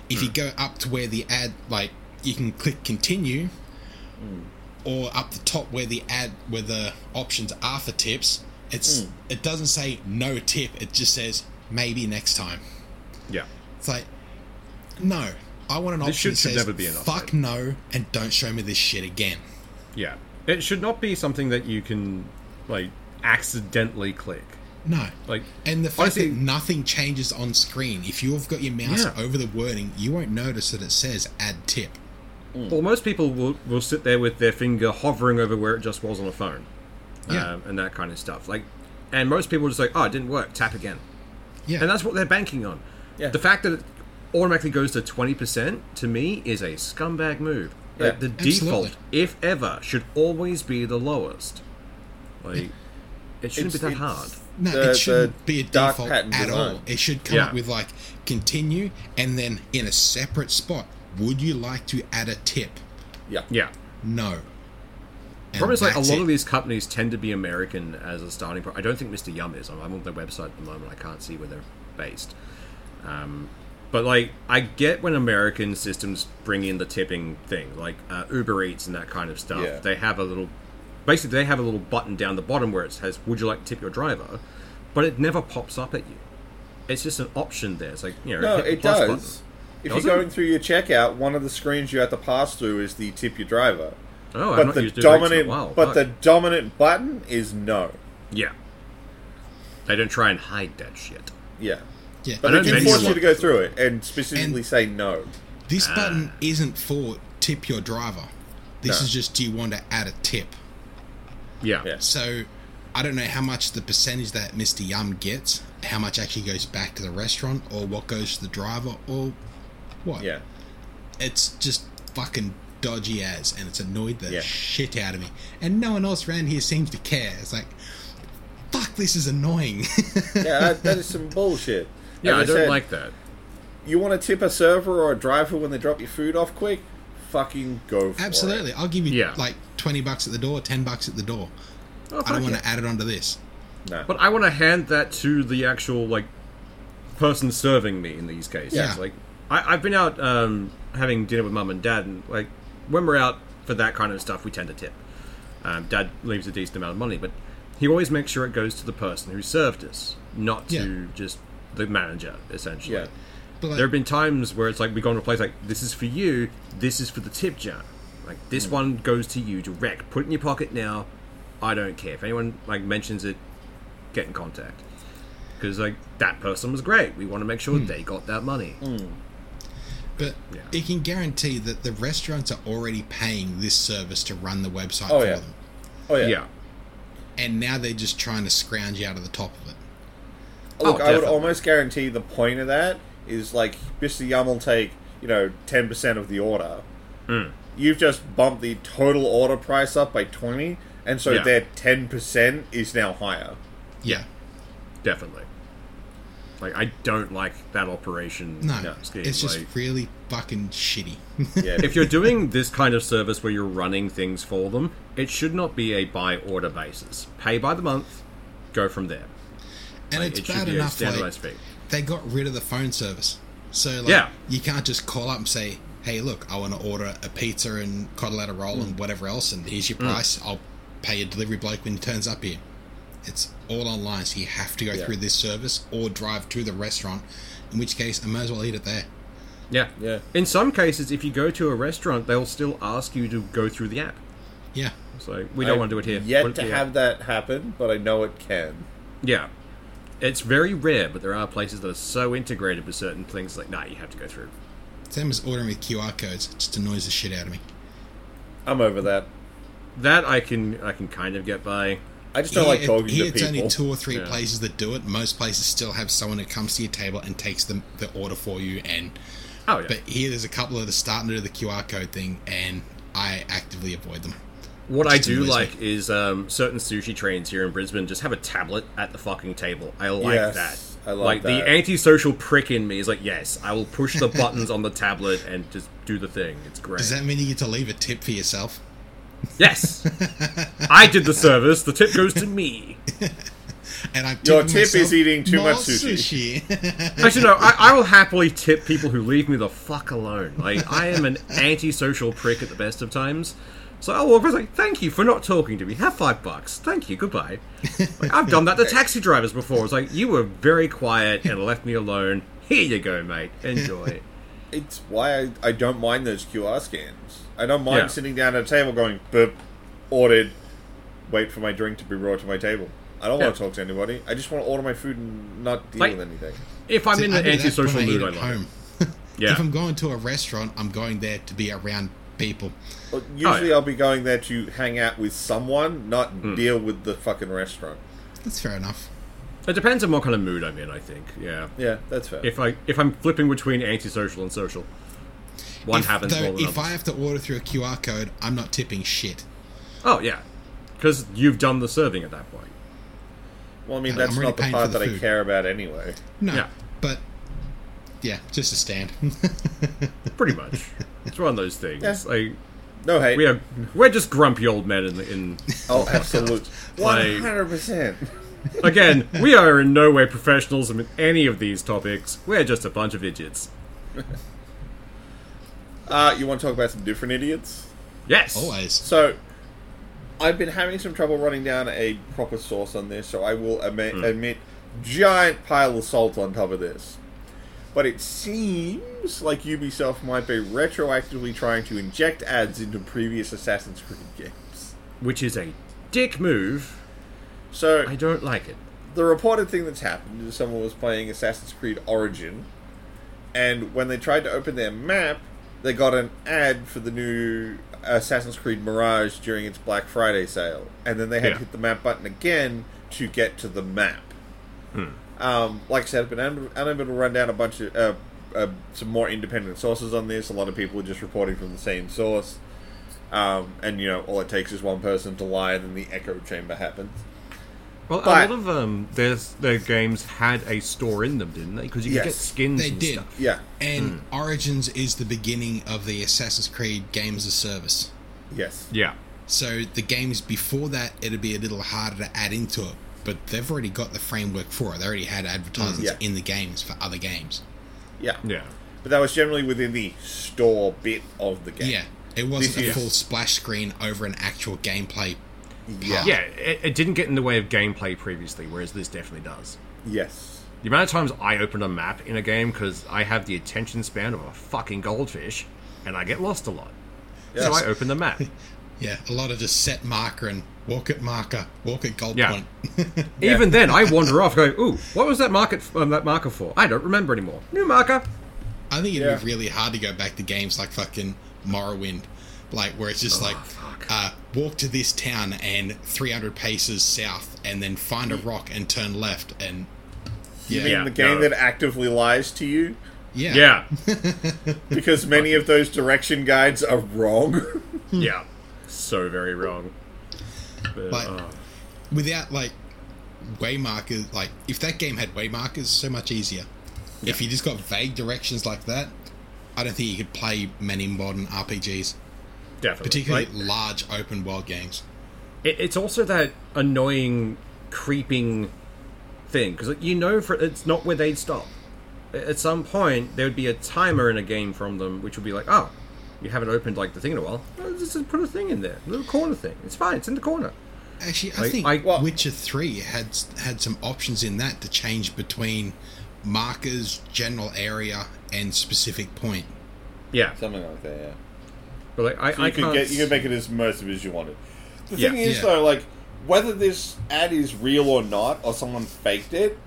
If
Hmm.
you go up to where the ad, like, you can click continue,
Hmm.
or up the top where the ad, where the options are for tips, it's
Hmm.
it doesn't say no tip, it just says maybe next time.
Yeah,
It's like, no. I want an
This shit
option that
should
says,
never be an option.
fuck no, and don't show me this shit again.
yeah. It should not be something that you can like accidentally click.
No.
Like,
And the fact
Honestly-
that nothing changes on screen, if you've got your mouse
Yeah.
over the wording, you won't notice that it says add tip.
well, most people will will sit there with their finger hovering over where it just was on a phone,
Yeah.
um, and that kind of stuff. Like, and most people are just like, oh, it didn't work. Tap again.
Yeah.
and that's what they're banking on.
Yeah.
The fact that it automatically goes to twenty percent to me is a scumbag move. Like,
Yeah.
the
Absolutely.
default, if ever, should always be the lowest. Like it shouldn't be that hard.
No,
the- the
it shouldn't be a
dark
default at
pattern design.
all. It should come
Yeah.
up with like continue and then in a separate spot, would you like to add a tip?
Yeah.
Yeah.
No. And
Problem is, like a
that's
lot
it.
of these companies tend to be American as a starting point. I don't think Mr. Yum is. I'm, I'm on their website at the moment. I can't see where they're based. Um, but like, I get when American systems bring in the tipping thing, like uh, Uber Eats and that kind of stuff.
Yeah.
They have a little, basically, they have a little button down the bottom where it says, "Would you like to tip your driver?" But it never pops up at you. It's just an option there. It's like you know,
No,
hit the
it
plus
does.
button.
If
Does
you're
it?
going through your checkout, one of the screens you have to pass through is the tip your driver.
Oh, I've
but
not
the
used Uber Eats in a
dominant,
while.
but
Fuck.
the dominant button is no.
yeah, they don't try and hide that shit.
Yeah,
yeah.
but
I
they
don't
can
think
force
so.
you to go through it and specifically
And-
say no.
This
Ah.
button isn't for tip your driver. This
No.
is just do you want to add a tip?
Yeah.
So I don't know how much the percentage that Mr. Yum gets, how much actually goes back to the restaurant, or what goes to the driver, or what. (laughs)
Yeah,
It's just fucking dodgy as, and it's annoyed the
Yeah.
shit out of me. And no one else around here seems to care. It's like, fuck, this is annoying. (laughs)
yeah, that, that is some bullshit.
Yeah,
As
I don't
said,
like that.
You want to tip a server or a driver when they drop your food off quick? Fucking go for
Absolutely.
it.
I'll give you
Yeah.
like 20 bucks at the door, 10 bucks at the door.
Oh,
I
fuck
don't want
yeah.
to add it onto this.
No.
But I want to hand that to the actual like person serving me in these cases.
Yeah.
Like I, I've been out um, having dinner with mum and dad, and like when we're out for that kind of stuff, we tend to tip. Um, dad leaves a decent amount of money, but he always makes sure it goes to the person who served us, not to just the manager essentially.
yeah,
But like,
There have been times where it's like we go into a place like this is for you, this is for the tip jar. Like this
Hmm.
one goes to you direct. Put it in your pocket now. I don't care if anyone like mentions it. Get in contact because like that person was great. We want to make sure
Hmm.
they got that money.
But
Yeah.
it can guarantee that the restaurants are already paying this service to run the website
Oh,
for
yeah.
them.
oh
Yeah.
yeah.
And now they're just trying to scrounge you out of the top of it.
Look,
Oh,
I would
definitely.
almost guarantee the point of that is like Mr. Yum will take, you know, 10% of the order.
Hmm.
You've just bumped the total order price up by 20, and so
Yeah.
their 10% is now
(laughs)
higher.
Yeah.
definitely. Like I don't like that operation.
No.
scheme.
it's just
Like,
really fucking shitty. (laughs)
Yeah.
if you're doing this kind of service where you're running things for them, it should not be a by order basis. Pay by the month, go from there.
and it's
it should
bad
be a
enough like
standardized fee.
they got rid of the phone service. So like
Yeah.
you can't just call up and say, "Hey, look, I want to order a pizza and cotoletta roll
Mm.
and whatever else and here's your price. I'll pay your delivery bloke when he turns up here." It's all online, so you have to go
Yeah.
through this service or drive to the restaurant, in which case I might as well eat it there.
Yeah.
Yeah.
In some cases, if you go to a restaurant, they'll still ask you to go through the app.
Yeah.
So we don't want to do it here. Put
Yet
it
to
through the
have
app.
that happen, but I know it can.
Yeah. It's very rare, but there are places that are so integrated with certain things, like, nah, you have to go through.
Same as ordering with QR codes. It just annoys the shit out of me.
I'm over that.
That I can I can kind of get by.
I just don't like
Here-
talking
here
to
it's
people.
only two or three
Yeah.
places that do it. Most places still have someone who comes to your table and takes the, the order for you. And
Oh yeah.
but here there's a couple that are starting to do the QR code thing, and I actively avoid them.
what I
just
do
annoys me.
like is um, certain sushi trains here in Brisbane just have a tablet at the fucking table. I like
Yes,
that.
I love
like
that.
the antisocial prick in me is like, yes, I will push the (laughs) buttons on the tablet and just do the thing. It's great.
Does that mean you get to leave a tip for yourself?
Yes. I did the service. The tip goes to me.
And I'm
Your
tipping
tip is
myself
eating too
more
much sushi.
(laughs)
sushi.
Actually, no. I, I will happily tip people who leave me the fuck alone. Like I am an antisocial prick at the best of times. So I'll walk over and say, "Thank you for not talking to me. Have five bucks. Thank you. Goodbye." Like, I've done that to taxi drivers before. It's like you were very quiet and left me alone. Here you go, mate. Enjoy.
It's why I, I don't mind those QR scans. I don't mind
Yeah.
sitting down at a table going, burp, ordered, wait for my drink to be brought to my table. I don't want
Yeah.
to talk to anybody. I just want to order my food and not deal
Like-
with anything.
If I'm
See,
in
I
an
do that
antisocial
when I eat
mood, I
at
like. it.
home.
(laughs) Yeah.
If I'm going to a restaurant, I'm going there to be around people.
Well, usually
yeah. Hmm.
I'll be going there to hang out with someone, not deal with the fucking restaurant.
That's fair enough.
It depends on what kind of mood I'm in. I think. Yeah.
Yeah, that's fair.
If I if I'm flipping between antisocial and social, one
if,
happens more
though,
than others.
if I have to order through a QR code, I'm not tipping shit.
Oh yeah, because you've done the serving at that point.
Well, I mean,
I'm
that's
already
not the
paying for
part
the
that I
food.
care about anyway.
No,
Yeah.
but yeah, just a stand. (laughs)
(laughs)
Pretty much. It's one of those things.
Yeah.
Like
No hate.
we are, we're just grumpy old men in the, in
oh, absolute.
(laughs) Like-
100%.
Again, we are in no way professionals in any of these topics. We're just a bunch of idiots.
Uh, you want to talk about some different idiots?
Yes.
Oh,
Always.
So, I've been having some trouble running down a proper source on this, so I will admit, admit giant pile of salt on top of this. But it seems like Ubisoft might be retroactively trying to inject ads into previous Assassin's Creed games.
Which is a dick move.
So
I don't like it.
the reported thing that's happened is someone was playing Assassin's Creed Origin, and when they tried to open their map, they got an ad for the new Assassin's Creed Mirage during its Black Friday sale, and then they had
Yeah.
to hit the map button again to get to the map. Um, like I said, I've been un- unable to run down a bunch of uh, uh, some more independent sources on this. A lot of people are just reporting from the same source, um, and you know, all it takes is one person to lie, and then the echo chamber happens.
Well,
But-
a lot of um, their their games had a store in them, didn't they? Because you could
Yes.
get skins
They
and
did.
stuff.
Yeah,
And Origins is the beginning of the Assassin's Creed game as a service.
yes,
Yeah.
So the games before that, it'd be a little harder to add into it. But they've already got the framework for it. They already had advertisements
Yeah.
in the games for other games.
yeah,
Yeah.
But that was generally within the store bit of the game.
Yeah, it wasn't
This
a
is-
full splash screen over an actual gameplay.
Yeah.
Yeah. It, it didn't get in the way of gameplay previously, whereas this definitely does.
Yes.
The amount of times I open a map in a game because I have the attention span of a fucking goldfish, and I get lost a lot. So
Yes.
I open the map.
Yeah, a lot of just set marker and walk at marker, walk at goal
Yeah.
point.
Even then, I wander off going, ooh, what was that, market um, that marker for? I don't remember anymore. New marker.
I think it'd
Yeah.
be really hard to go back to games like fucking Morrowind, like where it's just like
fuck.
uh, walk to this town and 300 paces south, and then find a rock and turn left, and
You mean
yeah,
the game
no.
that actively lies to you?
yeah,
Yeah.
Because many of those direction guides are wrong.
(laughs)
(laughs)
yeah. So very wrong. But,
Like-
oh,
without like way markers. Like if that game had way markers, so much easier. If you just got vague directions like that, I don't think you could play many modern RPGs,
definitely.
particularly
Like,
large open world games.
it, it's also that annoying, creeping thing because you know for it's not where they'd stop. A- At some point, there would be a timer in a game from them, which would be like, "Oh, you haven't opened like the thing in a while. Oh, Just put a thing in there, a little corner thing. It's fine. It's in the corner."
Actually, I
Like,
think
I- well-
Witcher Three had had some options in that to change between markers, general area, and specific point.
Yeah,
Something like that, yeah.
but like, I,
So you
I
could
can't.
get you could make it as immersive as you wanted. The
Yeah.
thing is
Yeah.
though, like whether this ad is real or not, or someone faked it,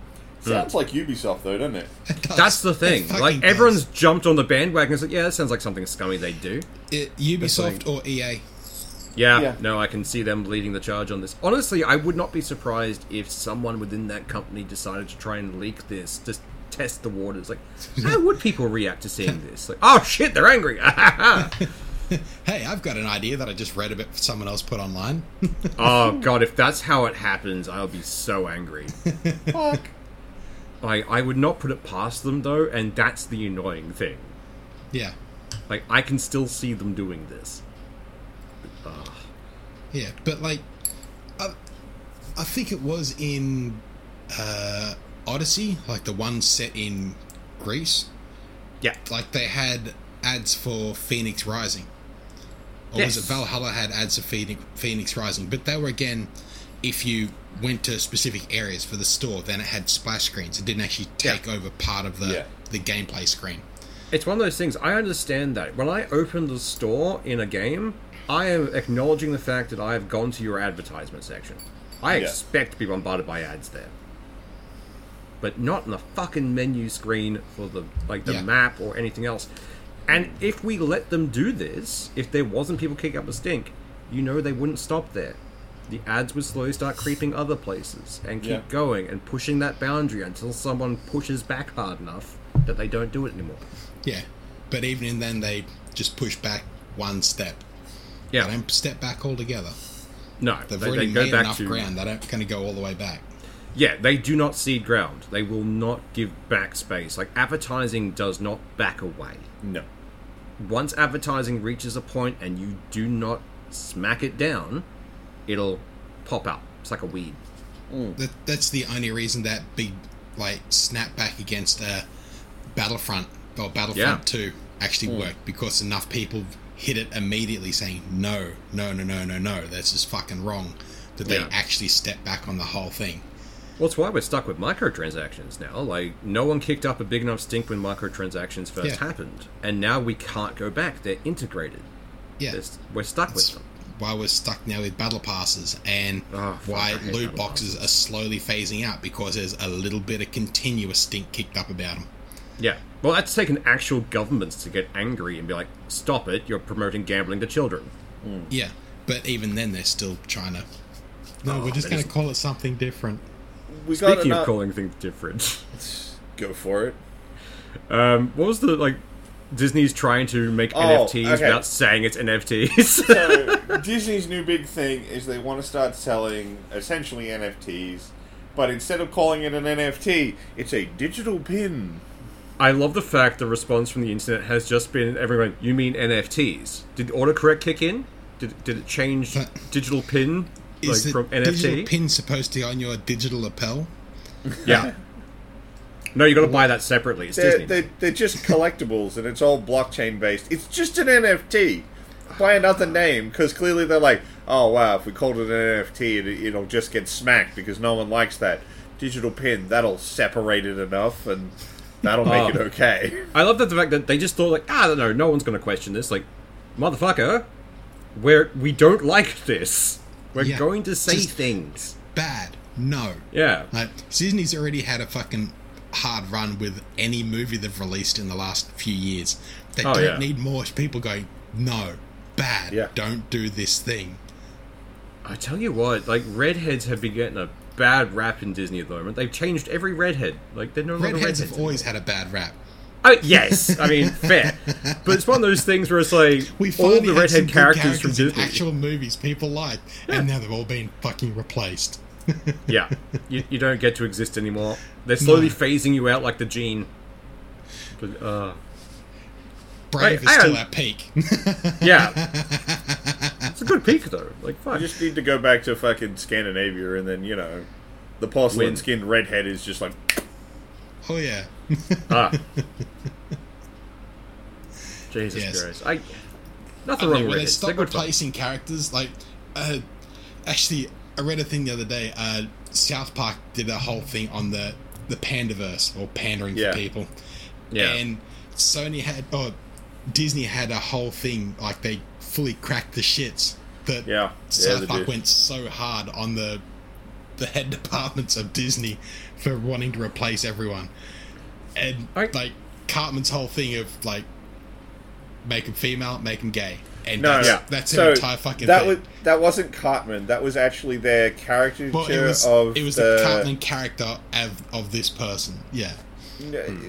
Hmm.
sounds like Ubisoft though, doesn't it?
It does.
That's the
It
thing.
fucking
Like
does.
everyone's jumped on the bandwagon. It's like, yeah, that sounds like something scummy they do.
It-
like-
Ubisoft or E EA.
Yeah,
Yeah.
no, I can see them leading the charge on this. Honestly, I would not be surprised if someone within that company decided to try and leak this, just test the waters. Like, how would people react to seeing this? Like, oh shit, they're angry. (laughs) oh
Hey, I've got an idea that I just read about someone else put (laughs) online.
Oh, god, if that's how it happens, I'll be so angry.
Fuck.
I I would not put it past them though, and that's the annoying thing.
yeah,
Like, I can still see them doing this.
yeah, but like, I, I think it was in uh, Odyssey, like the one set in Greece.
Yeah,
like they had ads for Phoenix Rising, or
Yes.
was it Valhalla had ads for Phoenix, Phoenix Rising? But they were again, if you went to specific areas for the store, then it had splash screens. It didn't actually take over part of the
Yeah.
the gameplay screen.
It's one of those things. I understand that. When I open the store in a game, I am acknowledging the fact that I have gone to your advertisement section. I
Yeah.
expect to be bombarded by ads there. But not in the fucking menu screen for the like the
Yeah.
map or anything else. And if we let them do this, if there wasn't people kicking up a stink, you know they wouldn't stop there. The ads would slowly start creeping other places and keep
Yeah.
going and pushing that boundary until someone pushes back hard enough that they don't do it anymore.
Yeah, but even in then, they just push back one step.
Yeah.
They don't step back altogether.
No,
They've
they,
already
they go
made
back
enough
to
ground. They don't kind of go all the way back.
Yeah, they do not cede ground. They will not give back space. Like advertising does not back away.
No.
Once advertising reaches a point and you do not smack it down, it'll pop up. It's like a weed.
That, that's the only reason that big like snapback against uh, Battlefront or Battlefront
Yeah. Hmm.
Two actually worked because enough people hit it immediately, saying no, no, no, no, no, no. That's just fucking wrong. That they
Yeah.
actually stepped back on the whole thing.
Well, it's why we're stuck with microtransactions now. Like, no one kicked up a big enough stink when microtransactions first
Yeah.
happened, and now we can't go back. They're integrated.
Yeah,
They're, we're stuck with
that's
them.
why we're stuck now with battle passes and
Oh, fuck,
why
I hate
loot
battle
boxes are slowly phasing out because there's a little bit of continuous stink kicked up about them.
Yeah. Well, that's taken actual governments to get angry and be like, "Stop it! You're promoting gambling to children."
Yeah, but even then they're still trying to. No, we're just
that
going to
is-
call it something different.
We got
Speaking
enough.
of calling things different,
Go for it.
um, what was the like? Disney's trying to make
Oh,
NFTs
okay.
without saying it's NFTs.
So (laughs) Disney's new big thing is they want to start selling essentially NFTs, but instead of calling it an NFT, it's a digital pin.
(laughs) I love the fact the response from the internet has just been everyone. You mean NFTs? Did autocorrect kick in? Did, did it change
But-
digital pin like
Is the
from
digital
NFT?
pin supposed to be on your digital lapel?
Yeah. No, you got to buy that separately. It's
They're,
Disney.
they're, they're just collectibles, and it's all blockchain based. It's just an NFT. Buy another name because clearly they're like, oh wow, if we called it an NFT, it, it'll just get smacked because no one likes that digital pin. That'll separate it enough, and that'll make it okay.
I love that the fact that they just thought like, ah, no, no one's going to question this. Like, motherfucker, we're we don't like this. We're
Yeah,
going to say
just-
things.
Bad. No.
Yeah.
Like, Disney's already had a fucking hard run with any movie they've released in the last few years. They
Oh,
don't
yeah.
need more people going, no, bad.
Yeah.
Don't do this thing.
I tell you what, like redheads have been getting a bad rap in Disney at the moment. They've changed every redhead. Like they're no longer
Redheads
redheads.
have always had a bad rap.
I- yes, I
(laughs)
mean fair, but it's one of those things where it's like
We
all
finally
the
had some
redhead
good
characters from
in
Disney.
actual movies people liked, and now they've all been fucking replaced.
Yeah, you, you don't get to exist anymore.
(laughs)
They're slowly phasing you out like the gene. But, uh, Right,
Brave is still
I-
our peak. (laughs)
yeah, it's a good peak though. Like fuck.
You just need to go back to fucking Scandinavia, and then you know, the porcelain
Win.
skinned redhead is just like,
oh yeah. (laughs)
Ah. Jesus
Yes.
Christ. I, nothing
I
wrong with
mean, when they
it. They're
stop
good fun.
replacing characters, like uh, actually, I read a thing the other day. Uh, South Park did a whole thing on the the pandaverse or pandering
Yeah.
for people,
Yeah.
and Sony had or Disney had a whole thing like they fully cracked the shits. That
Yeah. Yeah,
South
they
Park
did.
went so hard on the the head (laughs) departments of Disney for wanting to replace everyone, and
I-
like Cartman's whole thing of like make him female, make him gay, and
no,
that's,
yeah.
that's
so
an entire fucking
that
thing.
was that wasn't Cartman. That was actually their caricature
well, it was
of
it was the,
the
Cartman character of of this person. Yeah,
N- Hmm.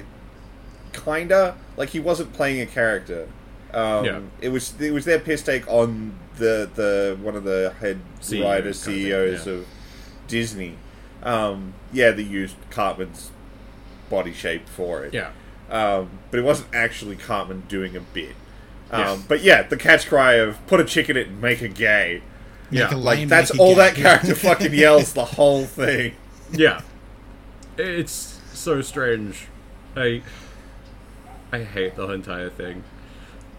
kinda like he wasn't playing a character. Um,
Yeah.
It was it was their piss take on the the one of the head
CEO
writer
kind of E thing,
CEOs
yeah.
of Disney. Um, yeah, they used Cartman's body shape for it.
yeah.
um, but it wasn't actually Cartman doing a bit. Um,
Yeah.
But yeah, the catch cry of "put a chicken in and make a gay,"
Yeah,
Make a
like
lame,
that's
make a
all
gay.
that
(laughs)
character fucking yells the whole thing.
Yeah. It's so strange. I I hate the entire thing.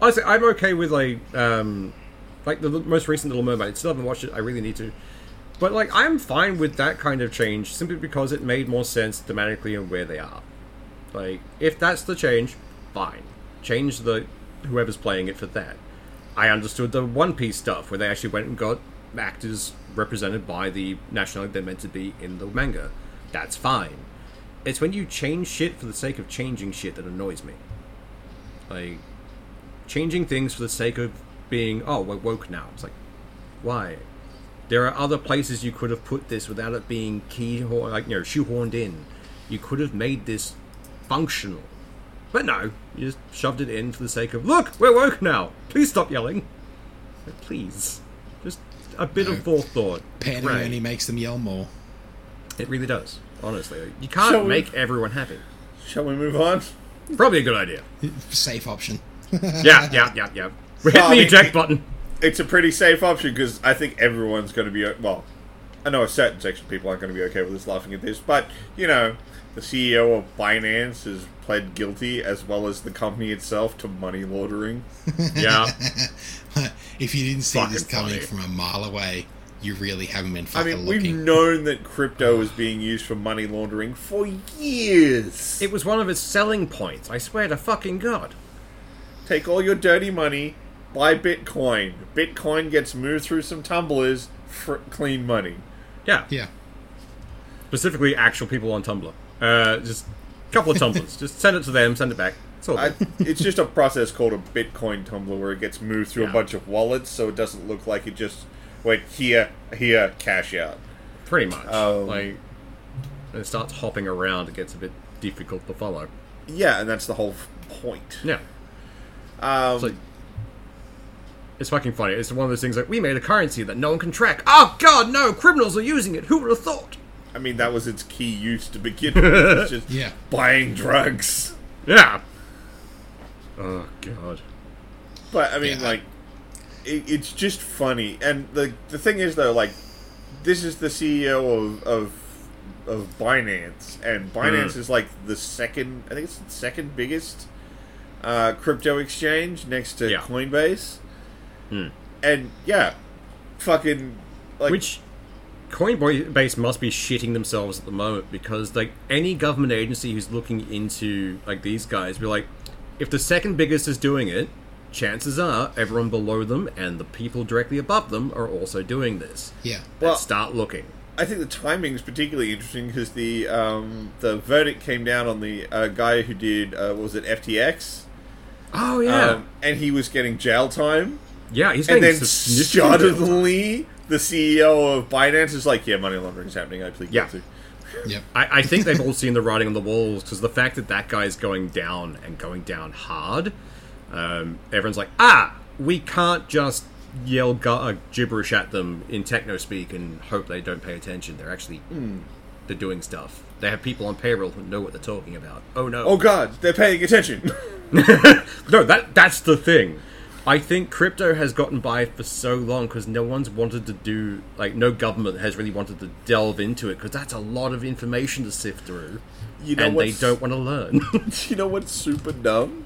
Honestly, I'm okay with like um like the l- most recent Little Mermaid. Still haven't watched it. I really need to. But like I'm fine with that kind of change simply because it made more sense thematically and where they are. Like if that's the change, fine. Change the whoever's playing it for that. I understood the One Piece stuff where they actually went and got actors represented by the nationality they're meant to be in the manga. That's fine. It's when you change shit for the sake of changing shit that annoys me. Like changing things for the sake of being oh we're woke now. It's like why? There are other places you could have put this without it being key like you know shoehorned in. You could have made this functional, but no, you just shoved it in for the sake of look we're woke now. Please stop yelling. Like, Please, just a bit of forethought.
Panda
Right.
only makes them yell more.
It really does. Honestly, you can't
Shall we-
make everyone happy.
Shall we move on?
Probably a good idea.
Safe option. (laughs)
Yeah, yeah, yeah, yeah. We hit
Well, I
the
mean- (laughs)
eject button.
It's a pretty safe option because I think everyone's going to be o- well. I know a certain section of people aren't going to be okay with us laughing at this, but you know, the CEO of Binance has pled guilty as well as the company itself to money laundering.
Yeah.
if you didn't see this
Fucking
coming
funny.
from a mile away, you really haven't been
I
fucking
mean, we've
looking.
known that crypto is being used for money laundering for years.
It was one of its selling points. I swear to fucking god.
Take all your dirty money, buy Bitcoin. Bitcoin gets moved through some tumblers for clean money.
Yeah.
yeah.
Specifically, actual people on Tumblr. Uh, just a couple
(laughs)
of tumblers. just send it to them. Send it back. It's all
I,
good.
it's just a (laughs) process called a Bitcoin tumbler where it gets moved through
Yeah.
a bunch of wallets, so it doesn't look like it just went here, here, cash out.
pretty much.
Um,
like, it starts hopping around. It gets a bit difficult to follow.
Yeah, and that's the whole point.
Yeah.
Um,
It's like. It's fucking funny. It's one of those things like we made a currency that no one can track. Oh god, no! Criminals are using it. Who would have thought?
I mean, that was its key use to begin with. It's just
Yeah.
buying drugs.
Yeah. Oh god.
But I mean,
Yeah.
like, it, it's just funny. And the the thing is, though, like, this is the CEO of of, of Binance, and Binance
Hmm.
is like the second. I think it's the second biggest uh, crypto exchange next to
Yeah. Hmm.
Coinbase. And yeah, fucking like
Which Coinbase must be shitting themselves at the moment because like any government agency who's looking into like these guys be like, if the second biggest is doing it, chances are everyone below them and the people directly above them are also doing this.
Yeah.
Well-
Let's start looking.
I think the timing is particularly interesting because the um, the verdict came down on the uh, guy who did uh, what was it FTX,
Oh yeah,
um, and he was getting jail time.
yeah. He's
and
getting
then
significant jail time.
suddenly the CEO of Binance is like, "Yeah, money laundering's happening. I plead
Yeah.
guilty."
Yep.
I, I think they've all seen the writing on the walls because the fact that that guy's going down and going down hard, um, everyone's like, ah, we can't just yell gu- uh, gibberish at them in techno speak and hope they don't pay attention. They're actually they're doing stuff. They have people on payroll who know what they're talking about. Oh no!
Oh God, they're paying attention. (laughs)
No, that that's the thing. I think crypto has gotten by for so long because no one's wanted to do like no government has really wanted to delve into it because that's a lot of information to sift through,
You know
and they
what's-
don't want to learn.
(laughs) you know what's super dumb?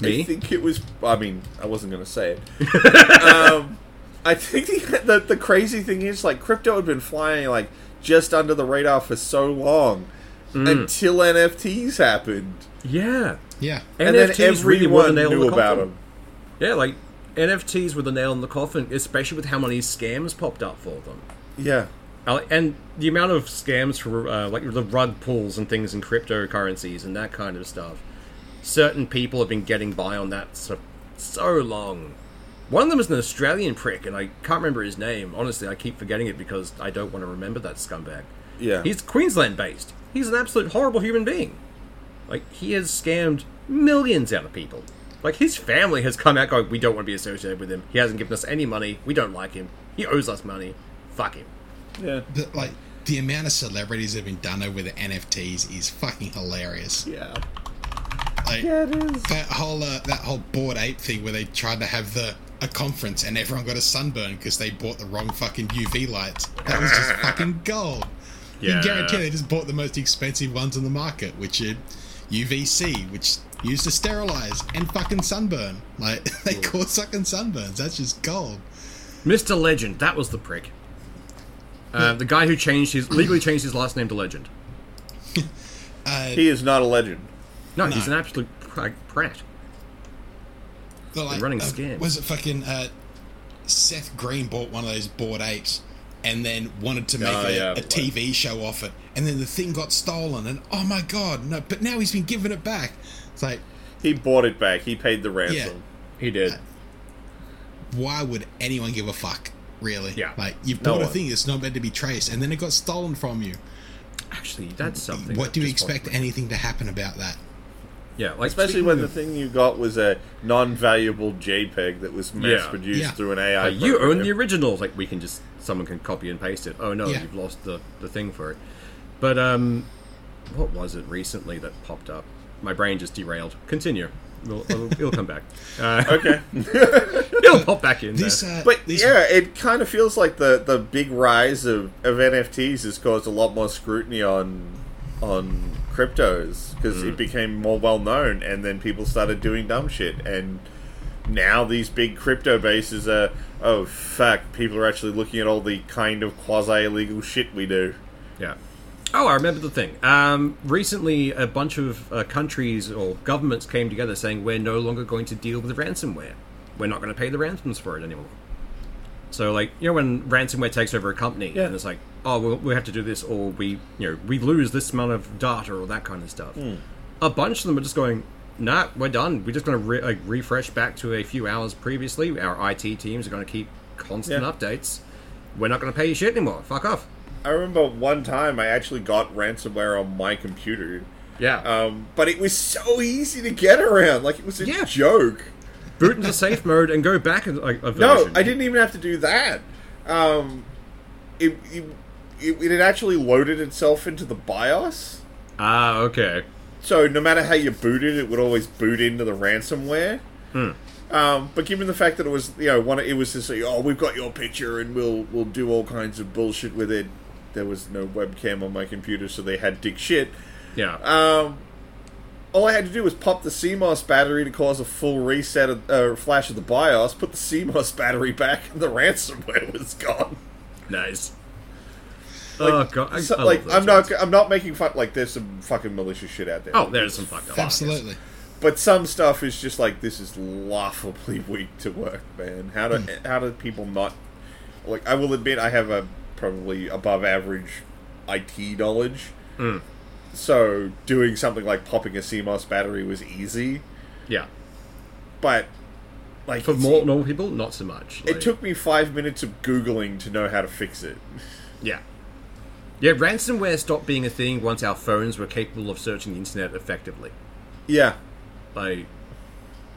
Me?
I think it was. I mean, I wasn't going to say it.
(laughs)
um, I think the, the the crazy thing is like crypto had been flying like just under the radar for so long
Mm.
until NFTs happened,
yeah,
Yeah.
and then everyone knew about them.
Yeah, like NFTs were the nail in the coffin, especially with how many scams popped up for them.
Yeah.
Uh, And the amount of scams for uh, like the rug pulls and things in cryptocurrencies and that kind of stuff. Certain people have been getting by on that so, so long. One of them is an Australian prick, and I can't remember his name. Honestly, I keep forgetting it because I don't want to remember that scumbag.
Yeah.
He's Queensland based. He's an absolute horrible human being. Like, he has scammed millions out of people. Like, his family has come out going, We don't want to be associated with him. He hasn't given us any money. We don't like him. He owes us money. Fuck him.
Yeah.
But, like, the amount of celebrities that have been done over the NFTs is fucking hilarious.
Yeah.
Like,
Yeah, it is.
that whole uh, that whole board ape thing where they tried to have the a conference and everyone got a sunburn because they bought the wrong fucking UV lights. That was just fucking gold.
Yeah.
You guarantee they just bought the most expensive ones on the market, which are UVC, which used to sterilize and fucking sunburn. Like (laughs) they cause fucking sunburns. That's just gold.
Mr. Legend, that was the prick. Uh, the guy who changed his legally changed his last name to Legend.
He is not a legend.
No, he's an absolute pr- prat.
They're like,
running
uh,
scams.
Was it fucking uh, Seth Green bought one of those board apes and then wanted to make
Oh,
a,
yeah,
a
right.
TV show off it, and then the thing got stolen, and oh my god, no! But now he's been given it back. It's like,
He bought it back. He paid the ransom.
He did.
why would anyone give a fuck? Really?
Yeah.
Like you've
No
bought a
one.
thing that's not meant to be traced, and then it got stolen from you.
Actually, that's something.
what do you
Just
expect
horrible.
anything to happen about that?
Yeah, like
Especially when
(laughs)
the thing you got was a non-valuable JPEG that was mass produced
Yeah.
through an AI.
Uh, you
program.
own the original. Like we can just someone can copy and paste it. Oh no,
Yeah.
you've lost the the thing for it. But um, what was it recently that popped up? My brain just derailed. Continue. We'll, it'll, it'll come back. Uh,
(laughs)
Okay.
(laughs) it'll pop back in.
This,
there.
uh,
But
this
yeah, it kind of feels like the, the big rise of, of NFTs has caused a lot more scrutiny on on cryptos because it became more well known, and then people started doing dumb shit, and now these big crypto bases are oh fuck, people are actually looking at all the kind of quasi illegal shit we do.
Yeah. Oh, I remember the thing. Um, recently, a bunch of uh, countries or governments came together saying we're no longer going to deal with ransomware. We're not going to pay the ransoms for it anymore. So, like, you know, when ransomware takes over a company and it's like, oh, well, we have to do this or we, you know, we lose this amount of data or that kind of stuff. A bunch of them are just going, nah, we're done. We're just going to re- like, refresh back to a few hours previously. Our IT teams are going to keep constant
Yeah.
updates. We're not going to pay you shit anymore. Fuck off.
I remember one time I actually got ransomware on my computer,
Yeah.
um, but it was so easy to get around. Like it was a
Yeah.
joke.
boot into safe mode and go back a, a a version.
No, I didn't even have to do that. Um, it, it, it, it had actually loaded itself into the BIOS.
Ah, okay.
So no matter how you booted, it would always boot into the ransomware. Um, but given the fact that it was, you know, one, it was just like, oh, we've got your picture and we'll we'll do all kinds of bullshit with it. There was no webcam on my computer, so they had dick shit.
Yeah.
Um, all I had to do was pop the CMOS battery to cause a full reset of uh, flash of the BIOS, put the CMOS battery back, and the ransomware (laughs) was gone.
nice. oh god, I,
So,
I love
like
those
I'm not,
ones.
I'm not making fun. Like there's some fucking malicious shit out there,
Oh, there's some fucked up.
is, absolutely.
but some stuff is just like this is laughably (laughs) weak to work, man. How do
Hmm.
how do people not? Like I will admit, I have a probably above average IT knowledge.
Hmm.
So doing something like popping a CMOS battery was easy.
Yeah.
but like
For
it's-
more normal people, not so much.
it
Like,
took me five minutes of googling to know how to fix it.
Yeah. Yeah, ransomware stopped being a thing once our phones were capable of searching the internet effectively.
Yeah,
Like,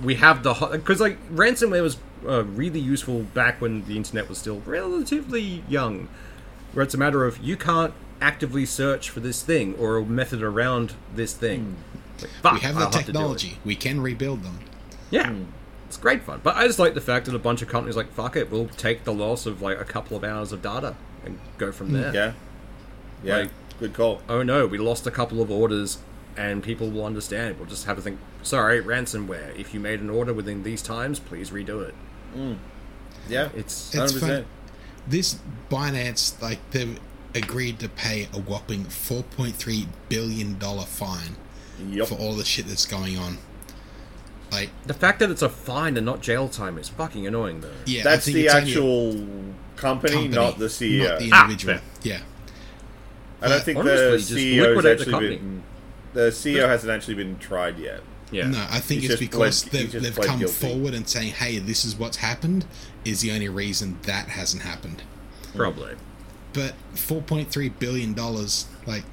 we have the because like ransomware was uh, really useful back when the internet was still relatively young, where it's a matter of you can't actively search for this thing or a method around this thing. Like, fuck,
Hmm. We have
I'll
the
to do it.
technology. Hmm. we can rebuild them.
Yeah. It's great fun. But I just like the fact that a bunch of companies like, fuck it, we'll take the loss of like a couple of hours of data and go
Hmm.
from there.
yeah, yeah.
Like-
Good call.
Oh no, we lost a couple of orders and people will understand. We'll just have to think, sorry, ransomware. If you made an order within these times, please redo it.
Yeah,
It's
It's
100%.
fun. This Binance, like, they've agreed to pay a whopping $4.3 billion fine
yep.
for all the shit that's going on. Like,
the fact that it's a fine and not jail time is fucking annoying though.
yeah, I
That's
think
the
it's only a
actual company,
company,
not the E CEO.
not the
Ah,
individual.
fair.
yeah.
I don't think
Honestly,
the
just
CEO has
liquidate the
actually
company.
been. The CEO hasn't actually been tried yet.
Yeah.
No, I think
He's
it's
just
because
pled- he's
they've,
just
they've
pled
come
guilty.
forward and saying, hey, this is what's happened, is the only reason that hasn't happened.
Probably.
But $4.3 billion, like,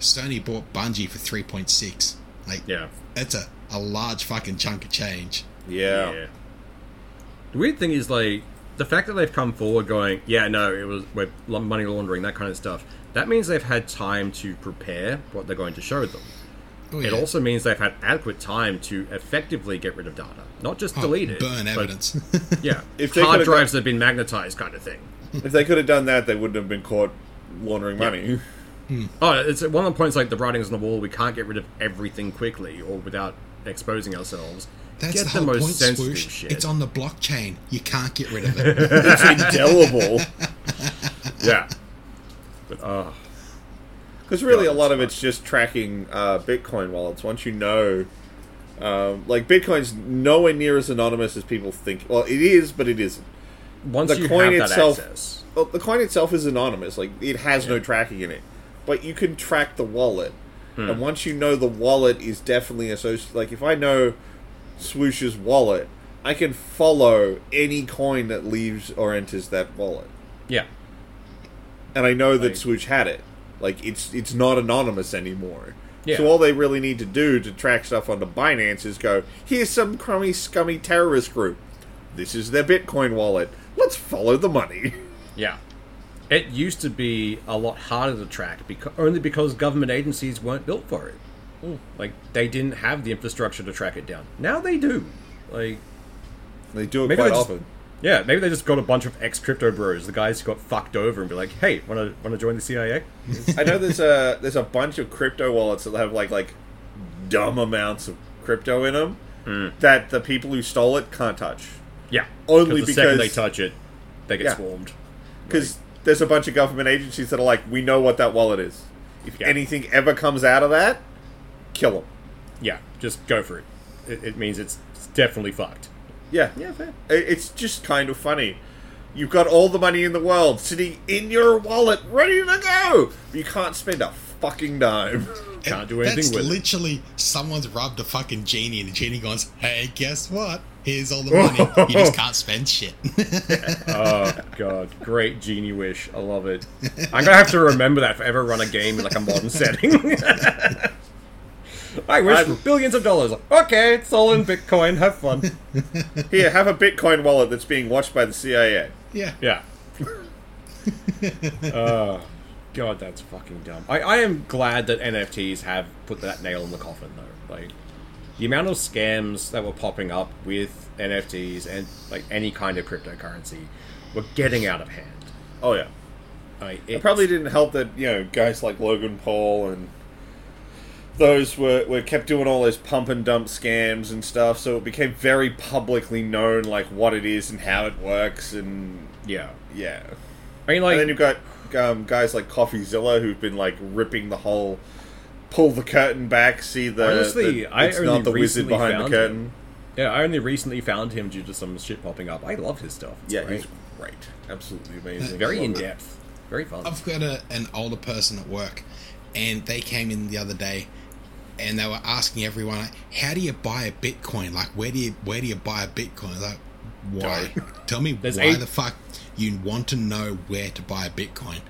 Sony bought Bungie for 3.6. Like,
Yeah.
that's a, a large fucking chunk of change.
Yeah.
Yeah. The weird thing is like the fact that they've come forward going, yeah, no, it was we're la- money laundering that kind of stuff. That means they've had time to prepare what they're going to show them.
Oh,
It
yeah.
also means they've had adequate time to effectively get rid of data, not just
Oh,
delete it.
Burn
but- (laughs)
evidence.
Yeah,
If they
hard
could've
drives that have been magnetized, kind of thing.
If they could have done that, they wouldn't have been caught laundering money. (laughs)
Oh, it's one of the points like the writing's on the wall. We can't get rid of everything quickly or without exposing ourselves.
That's
get
the whole
most
point,
sensitive
Swoosh.
shit.
It's on the blockchain. You can't get rid of
(laughs)
it.
It's indelible. (laughs)
yeah. But, oh,
Because really,
Yeah,
a lot of it's just tracking uh, Bitcoin wallets. Once you know, um, like Bitcoin's nowhere near as anonymous as people think. Well, it is, but it isn't.
once
The
you
coin
have that
itself-
access,
Well, the coin itself is anonymous; like it has no tracking in it. But you can track the wallet,
Hmm.
and once you know the wallet is definitely associated. Like if I know Swoosh's wallet, I can follow any coin that leaves or enters that wallet,
yeah.
and I know that
Right.
Swoosh had it. Like it's it's not anonymous anymore.
Yeah.
So all they really need to do to track stuff onto Binance is go, here's some crummy, scummy terrorist group. This is their Bitcoin wallet. Let's follow the money. (laughs)
Yeah. It used to be a lot harder to track because only because government agencies weren't built for it.
Hmm.
Like they didn't have the infrastructure to track it down. Now they do. Like
They do it
Maybe
quite
they just-
often.
yeah, maybe they just got a bunch of ex crypto bros, the guys who got fucked over, and be like, "Hey, want to want to join the CIA?"
I know there's a there's a bunch of crypto wallets that have like like dumb amounts of crypto in them
Hmm.
that the people who stole it can't touch
(laughs) Yeah,
Only
the second they
because-
touch it, they get
Yeah.
swarmed.
because there's a bunch of government agencies that are like, we know what that wallet is. If
Yeah.
anything ever comes out of that, kill them.
Yeah, just go for it. It, it means it's, it's definitely fucked.
Yeah,
Yeah, fair.
I- It's just kind of funny. You've got all the money in the world sitting in your wallet, ready to go. You can't spend a fucking dime.
Can't do anything
That's
with it.
literally someone's rubbed a fucking genie, and the genie goes, "Hey, guess what? Here's
(laughs)
all the money. you just can't spend shit." (laughs)
Oh god, great genie wish. I love it. I'm gonna have to remember that if I ever run a game in like a modern setting. (laughs) I wish for
I'm-
billions of dollars. Okay, it's all in Bitcoin. Have fun.
Here, have a Bitcoin wallet that's being watched by the CIA.
yeah.
(laughs)
Yeah. oh god, that's fucking dumb. I, I am glad that NFTs have put that nail in the coffin though. Like the amount of scams that were popping up with NFTs and like any kind of cryptocurrency were getting out of hand.
Oh yeah.
Like,
It
it's-
probably didn't help that you know guys like Logan Paul and those were, were kept doing all those pump and dump scams and stuff, so it became very publicly known like what it is and how it works, and
yeah.
yeah.
I mean
And
like
then you've got um, guys like CoffeeZilla who've been like ripping the whole pull the curtain back, see the
Honestly,
the-
I
it's
only
not the wizard
recently
behind the
found
curtain.
yeah, I only recently found him due to some shit popping up. I love his stuff. It's
Yeah,
great.
he's great, absolutely amazing,
very
Love
in
it.
depth. Very fun.
I've got a, an older person at work, and they came in the other day, and they were asking everyone, like, "How do you buy a Bitcoin? Like, where do you where do you buy a Bitcoin?" I was Like, why? (laughs) Tell me
There's
why
eight-
the fuck you want to know where to buy a Bitcoin?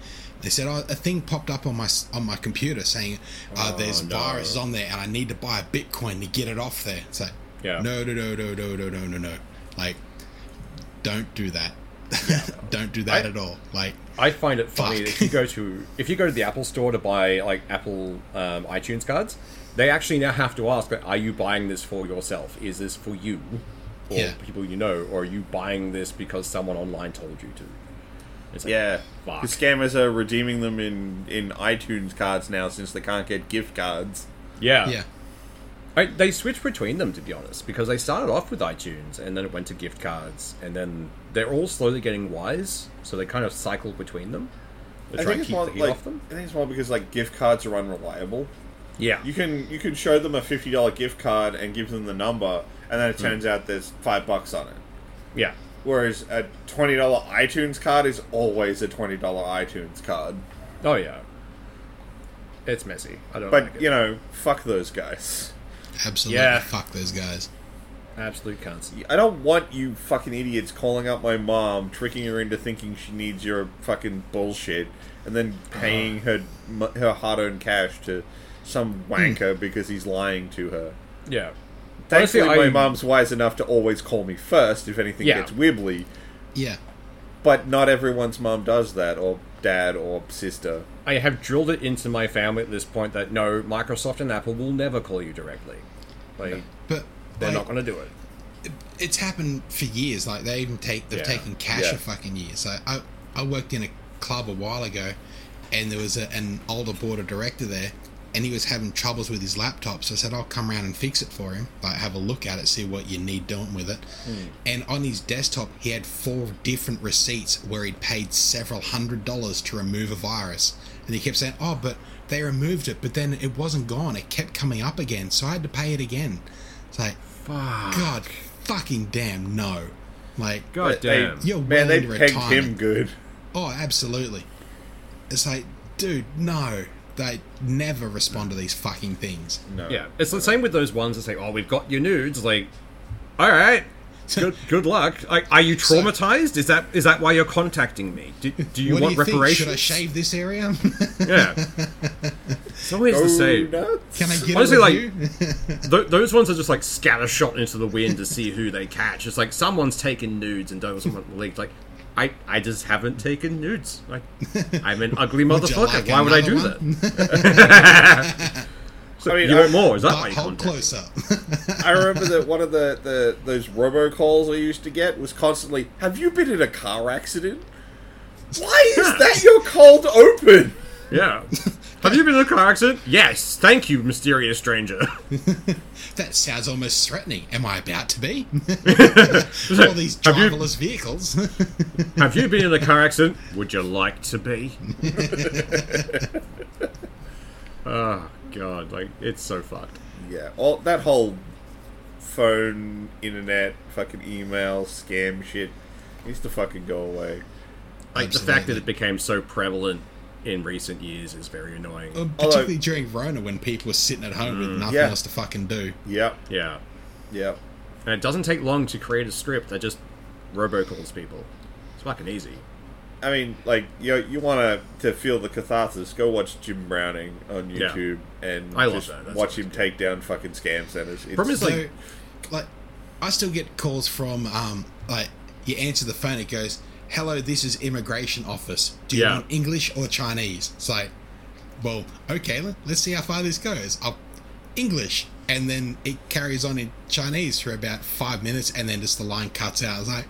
They said, "Oh, a thing popped up on my s- on my computer saying uh, there's
Oh, no.
viruses on there, and I need to buy a Bitcoin to get it off there." It's like,
Yeah.
no, no, no, no, no, no, no, no, no, like, don't do that. (laughs) don't do that
I-
at all. Like,
I find it funny
Fuck.
that if you go to if you go to the Apple Store to buy like Apple um, iTunes cards, they actually now have to ask: like, Are you buying this for yourself? Is this for you, or
Yeah.
people you know, or are you buying this because someone online told you to? It's like,
Yeah,
Fuck.
the scammers are redeeming them in in iTunes cards now since they can't get gift cards.
yeah,
yeah.
I, they switched between them to be honest, because they started off with iTunes and then it went to gift cards, and then they're all slowly getting wise, so they kind of cycle between them. They try and keep the heat
like,
off them.
I think it's more because like gift cards are unreliable.
Yeah,
You can you can show them a fifty dollar gift card and give them the number, and then it
Hmm.
turns out there's five bucks on it.
yeah,
Whereas a twenty dollar iTunes card is always a twenty dollar iTunes card.
oh yeah. It's messy. I don't. like
But
it.
you know, fuck those guys.
Absolutely.
Yeah.
Fuck those guys.
Absolute cunts.
I don't want you fucking idiots calling up my mom, tricking her into thinking she needs your fucking bullshit, and then
Uh-huh.
paying her her her hard earned cash to some
(clears throat)
wanker because he's lying to her.
Yeah.
Thankfully,
Honestly,
my
I-
mom's wise enough to always call me first if anything
Yeah.
gets wibbly,
Yeah.
but not everyone's mom does that, or dad, or sister.
I have drilled it into my family at this point that no, Microsoft and Apple will never call you directly. Like,
But
they're not
like,
going to do it.
it's happened for years. Like they even take they've
Yeah.
taken cash
Yeah.
for fucking years. So I I worked in a club a while ago, and there was a, an older board of director there, and he was having troubles with his laptop. So I said I'll come around and fix it for him. Like have a look at it, see what you need doing with it. And on his desktop, he had four different receipts where he'd paid several hundred dollars to remove a virus, and he kept saying, "Oh, but." They removed it, but then it wasn't gone. It kept coming up again, so I had to pay it again. It's like, God fucking damn no. Like,
God
They-
damn.
you're
Man,
well
they
into
pegged him
retirement.
good.
Oh, absolutely. It's like, dude, no. They never respond to these fucking things.
No.
yeah. It's the same with those ones that say, oh, we've got your nudes. Like, all right. Good, good luck. Like, are you
So-
traumatized? Is that is that why you're contacting me? Do, do you
what
want
do you think?
reparations?
Should I shave this area? (laughs)
Yeah. It's always the same.
nuts.
Can I get
Honestly,
a
like- (laughs)
review?
Th- those ones are just like scattershot into the wind to see who they catch. It's like someone's taken nudes and doesn't want leaked. Like, I, I just haven't taken nudes. I, I'm an ugly motherfucker.
like
Why would I do
another
that? so
I mean,
you
I-
want more? Is that why
But
you
hold
contact?
closer.
I remember that one of the, the those robocalls I used to get was constantly, "Have you been in a car accident? Why is that your cold open?"
Yeah. Have you been in a car accident? Yes. Thank you, mysterious stranger.
(laughs) that sounds almost threatening. Am I about to
(laughs)
be?
So,
All these
have you-
driverless vehicles. (laughs)
Have you been in a car accident? Would you like to be? (laughs) oh god, like it's so fucked.
Yeah, all that whole phone, internet, fucking email scam shit needs to fucking go away.
Like the fact that
Absolutely.
it became so prevalent in recent years is very annoying.
Well, Particularly during Rona when people were sitting at home
Mm,
with nothing
yeah.
else to fucking do.
Yep,
Yeah.
yep.
And it doesn't take long to create a script. I just robocalls people. It's fucking easy.
I mean, like you you want to to feel the catharsis? Go watch Jim Browning on
Yeah.
YouTube and
I love
just
that. That's
watch
what
him take down fucking scam centers. It's,
Problem is,
So,
like-
like, I still get calls from, um, like, you answer the phone, it goes, "Hello, this is immigration office. Do you
Yeah.
want English or Chinese?" It's like, well, okay, let- let's see how far this goes. I'll, English, and then it carries on in Chinese for about five minutes, and then just the line cuts out. I was like,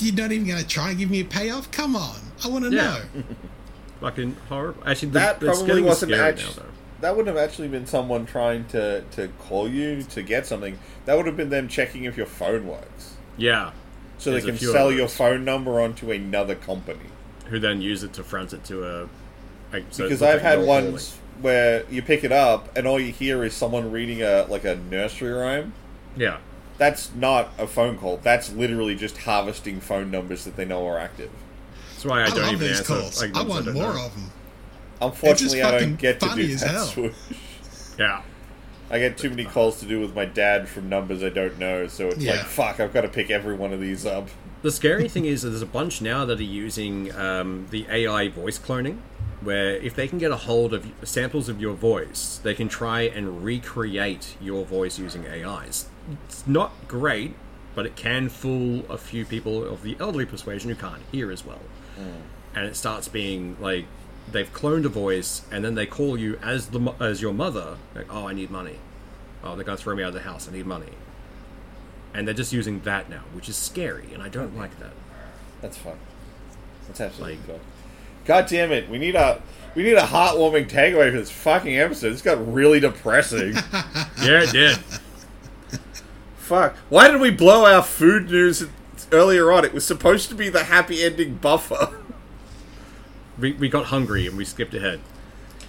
"You're not even going to try and give me a payoff? Come on, I want to
Yeah.
know."
Fucking horrible. Actually, the,
that
it's
probably
getting
wasn't
scary
actu-
now, though.
that wouldn't have actually been someone trying to to call you to get something. That would have been them checking if your phone works,
Yeah.
so
There's a
they can
few of
sell
those.
your phone number onto another company.
Who then use it to front it to a. like, so
Because
it looks
I've
like
had
you're
ones where you pick it up and all you hear is someone reading a like a nursery rhyme.
calling. Yeah.
That's not a phone call. That's literally just harvesting phone numbers that they know are active.
That's why I,
I,
don't
love
even
these
answer.
calls.
like,
I
ones
want
don't
more
know.
of them.
Unfortunately, I
fucking
don't get to
funny
do
as
that.
hell.
swoosh.
Yeah.
I get too many calls to do with my dad from numbers I don't know, so it's
Yeah.
like fuck. I've got to pick every one of these up.
The scary thing is that there's a bunch now that are using um, the AI voice cloning, where if they can get a hold of samples of your voice, they can try and recreate your voice using AIs. It's not great, but it can fool a few people of the elderly persuasion who can't hear as well. And it starts being like they've cloned a voice, and then they call you as the mo- as your mother. Like, oh, I need money. Oh, they're gonna throw me out of the house. I need money. And they're just using that now, which is scary, and I don't like that.
That's fun. That's absolutely
Like-
good. God damn it! We need a we need a heartwarming takeaway for this fucking episode. It's got really depressing.
(laughs)
Yeah, it did.
Fuck. Why did we blow our food news earlier on? It was supposed to be the happy ending buffer. (laughs)
We, we got hungry and we skipped ahead.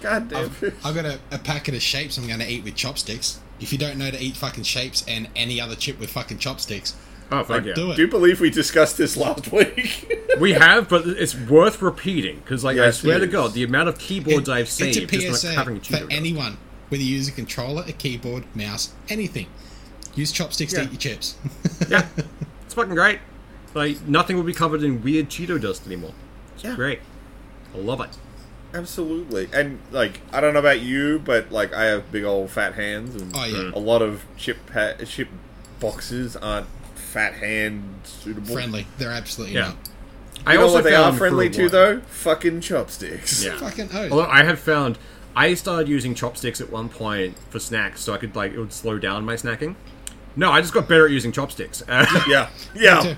God damn. it.
I've got a, a packet of shapes I'm going to eat with chopsticks. If you don't know to eat fucking shapes and any other chip with fucking chopsticks,
Oh, fuck yeah.
do it.
Do you believe we discussed this last (laughs) week?
We have, but it's worth repeating because, like,
Yes,
I swear
it
to
is.
God, the amount of keyboards I've
It-
saved
It's
just
a
not
PSA
having a
for
cheeto.
anyone, whether you use a controller, a keyboard, mouse, anything. Use chopsticks
Yeah.
to eat your chips. (laughs)
Yeah, it's fucking great. Like, nothing will be covered in weird Cheeto dust anymore. It's
Yeah.
great. I love it.
Absolutely. And like, I don't know about you, but like, I have big old fat hands, and
Oh, yeah.
a lot of chip pa- chip boxes aren't fat hand suitable.
Friendly, they're absolutely
Yeah.
not.
I
You know what they are
found
friendly
for a
to
while-
though? Fucking chopsticks.
Yeah.
Fucking oath.
Although I have found, I started using chopsticks at one point for snacks, so I could like it would slow down my snacking. No, I just got better at using chopsticks. (laughs) Uh,
(laughs) Yeah. Yeah.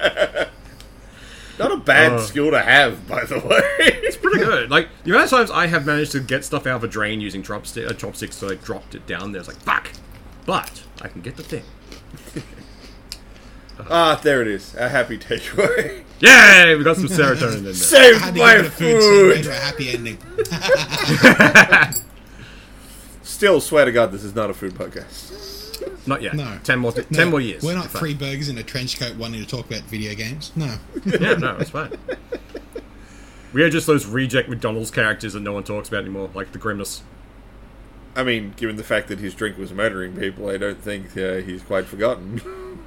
(laughs) Not a bad skill to have, by the (laughs) way.
pretty good. Like the amount of times I have managed to get stuff out of a drain using chopstick, uh, chopsticks, so I dropped it down there. It's like fuck, but I can get the thing.
ah, there it is. A happy takeaway.
Yay, we got some serotonin in there.
(laughs) I had
Saved
to
my
give it a food scene
food.
to a happy ending.
Still, swear to God, this is not a food podcast.
Not yet.
No.
Ten more. (laughs) Ten
No,
more years.
We're not
It's fine.
free burgers in a trench coat wanting to talk about video games. No.
(laughs) Yeah, no, it's fine. We are just those reject McDonald's characters that no one talks about anymore, like the Grimace.
I mean, given the fact that his drink was murdering people, I don't think uh, he's quite
(laughs)
forgotten.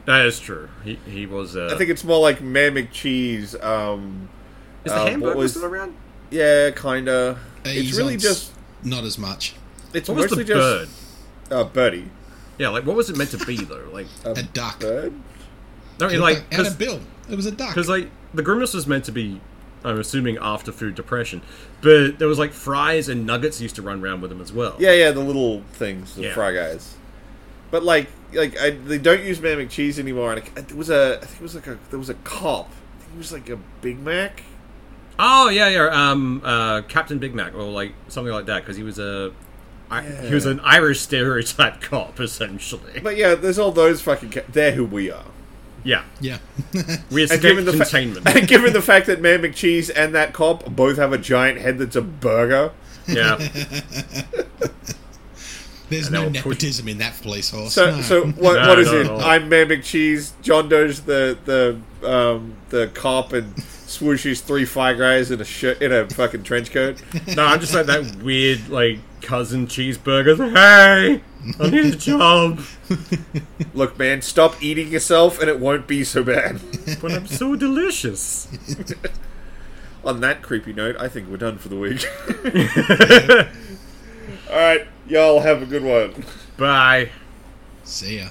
That is true. He, he was. Uh,
I think it's more like Mayor McCheese. Um,
is
uh,
the
what
hamburger
was-
still around?
yeah, kinda.
Uh, He's
it's really
on s-
just.
Not as much.
It's
What was
mostly
the bird?
just uh, birdie.
Yeah, like what was it meant to be though? Like
a duck.
Bird.
No,
It
it,
looked
like
and a
because
bill. It was a duck.
like the grimace was meant to be, I'm assuming after food depression, but there was like fries and nuggets used to run around with them as well.
Yeah, yeah, the little things, the
Yeah.
fry guys. But like, like I, they don't use Mammoth cheese anymore. And it was a, I think it was like a, there was a cop. I think it was like a Big Mac.
Oh yeah, yeah. Um, uh, Captain Big Mac or like something like that because he was a, I he was an Irish stereotype (laughs) cop essentially.
But yeah, there's all those fucking. Ca- they're who we are. (laughs)
yeah,
yeah. (laughs)
we
And
escaped
given, the (laughs)
containment.
fa- and given the fact that Man McCheese and that cop both have a giant head that's a burger,
yeah.
There's
and they
no
were push-
nepotism in that police horse.
so
no.
so what,
No,
what is
not
it?
at all.
I'm Man McCheese. John Doe's the the um, the cop, and Swooshy's three fry guys in a shirt in a fucking trench coat.
No, I'm just like that weird like cousin cheeseburgers. Hey, I need a job,
Look, man, stop eating yourself, and it won't be so bad. (laughs)
but I'm so delicious.
On that creepy note, I think we're done for the
(laughs)
week. (laughs) All right, y'all have a good one.
Bye.
See ya.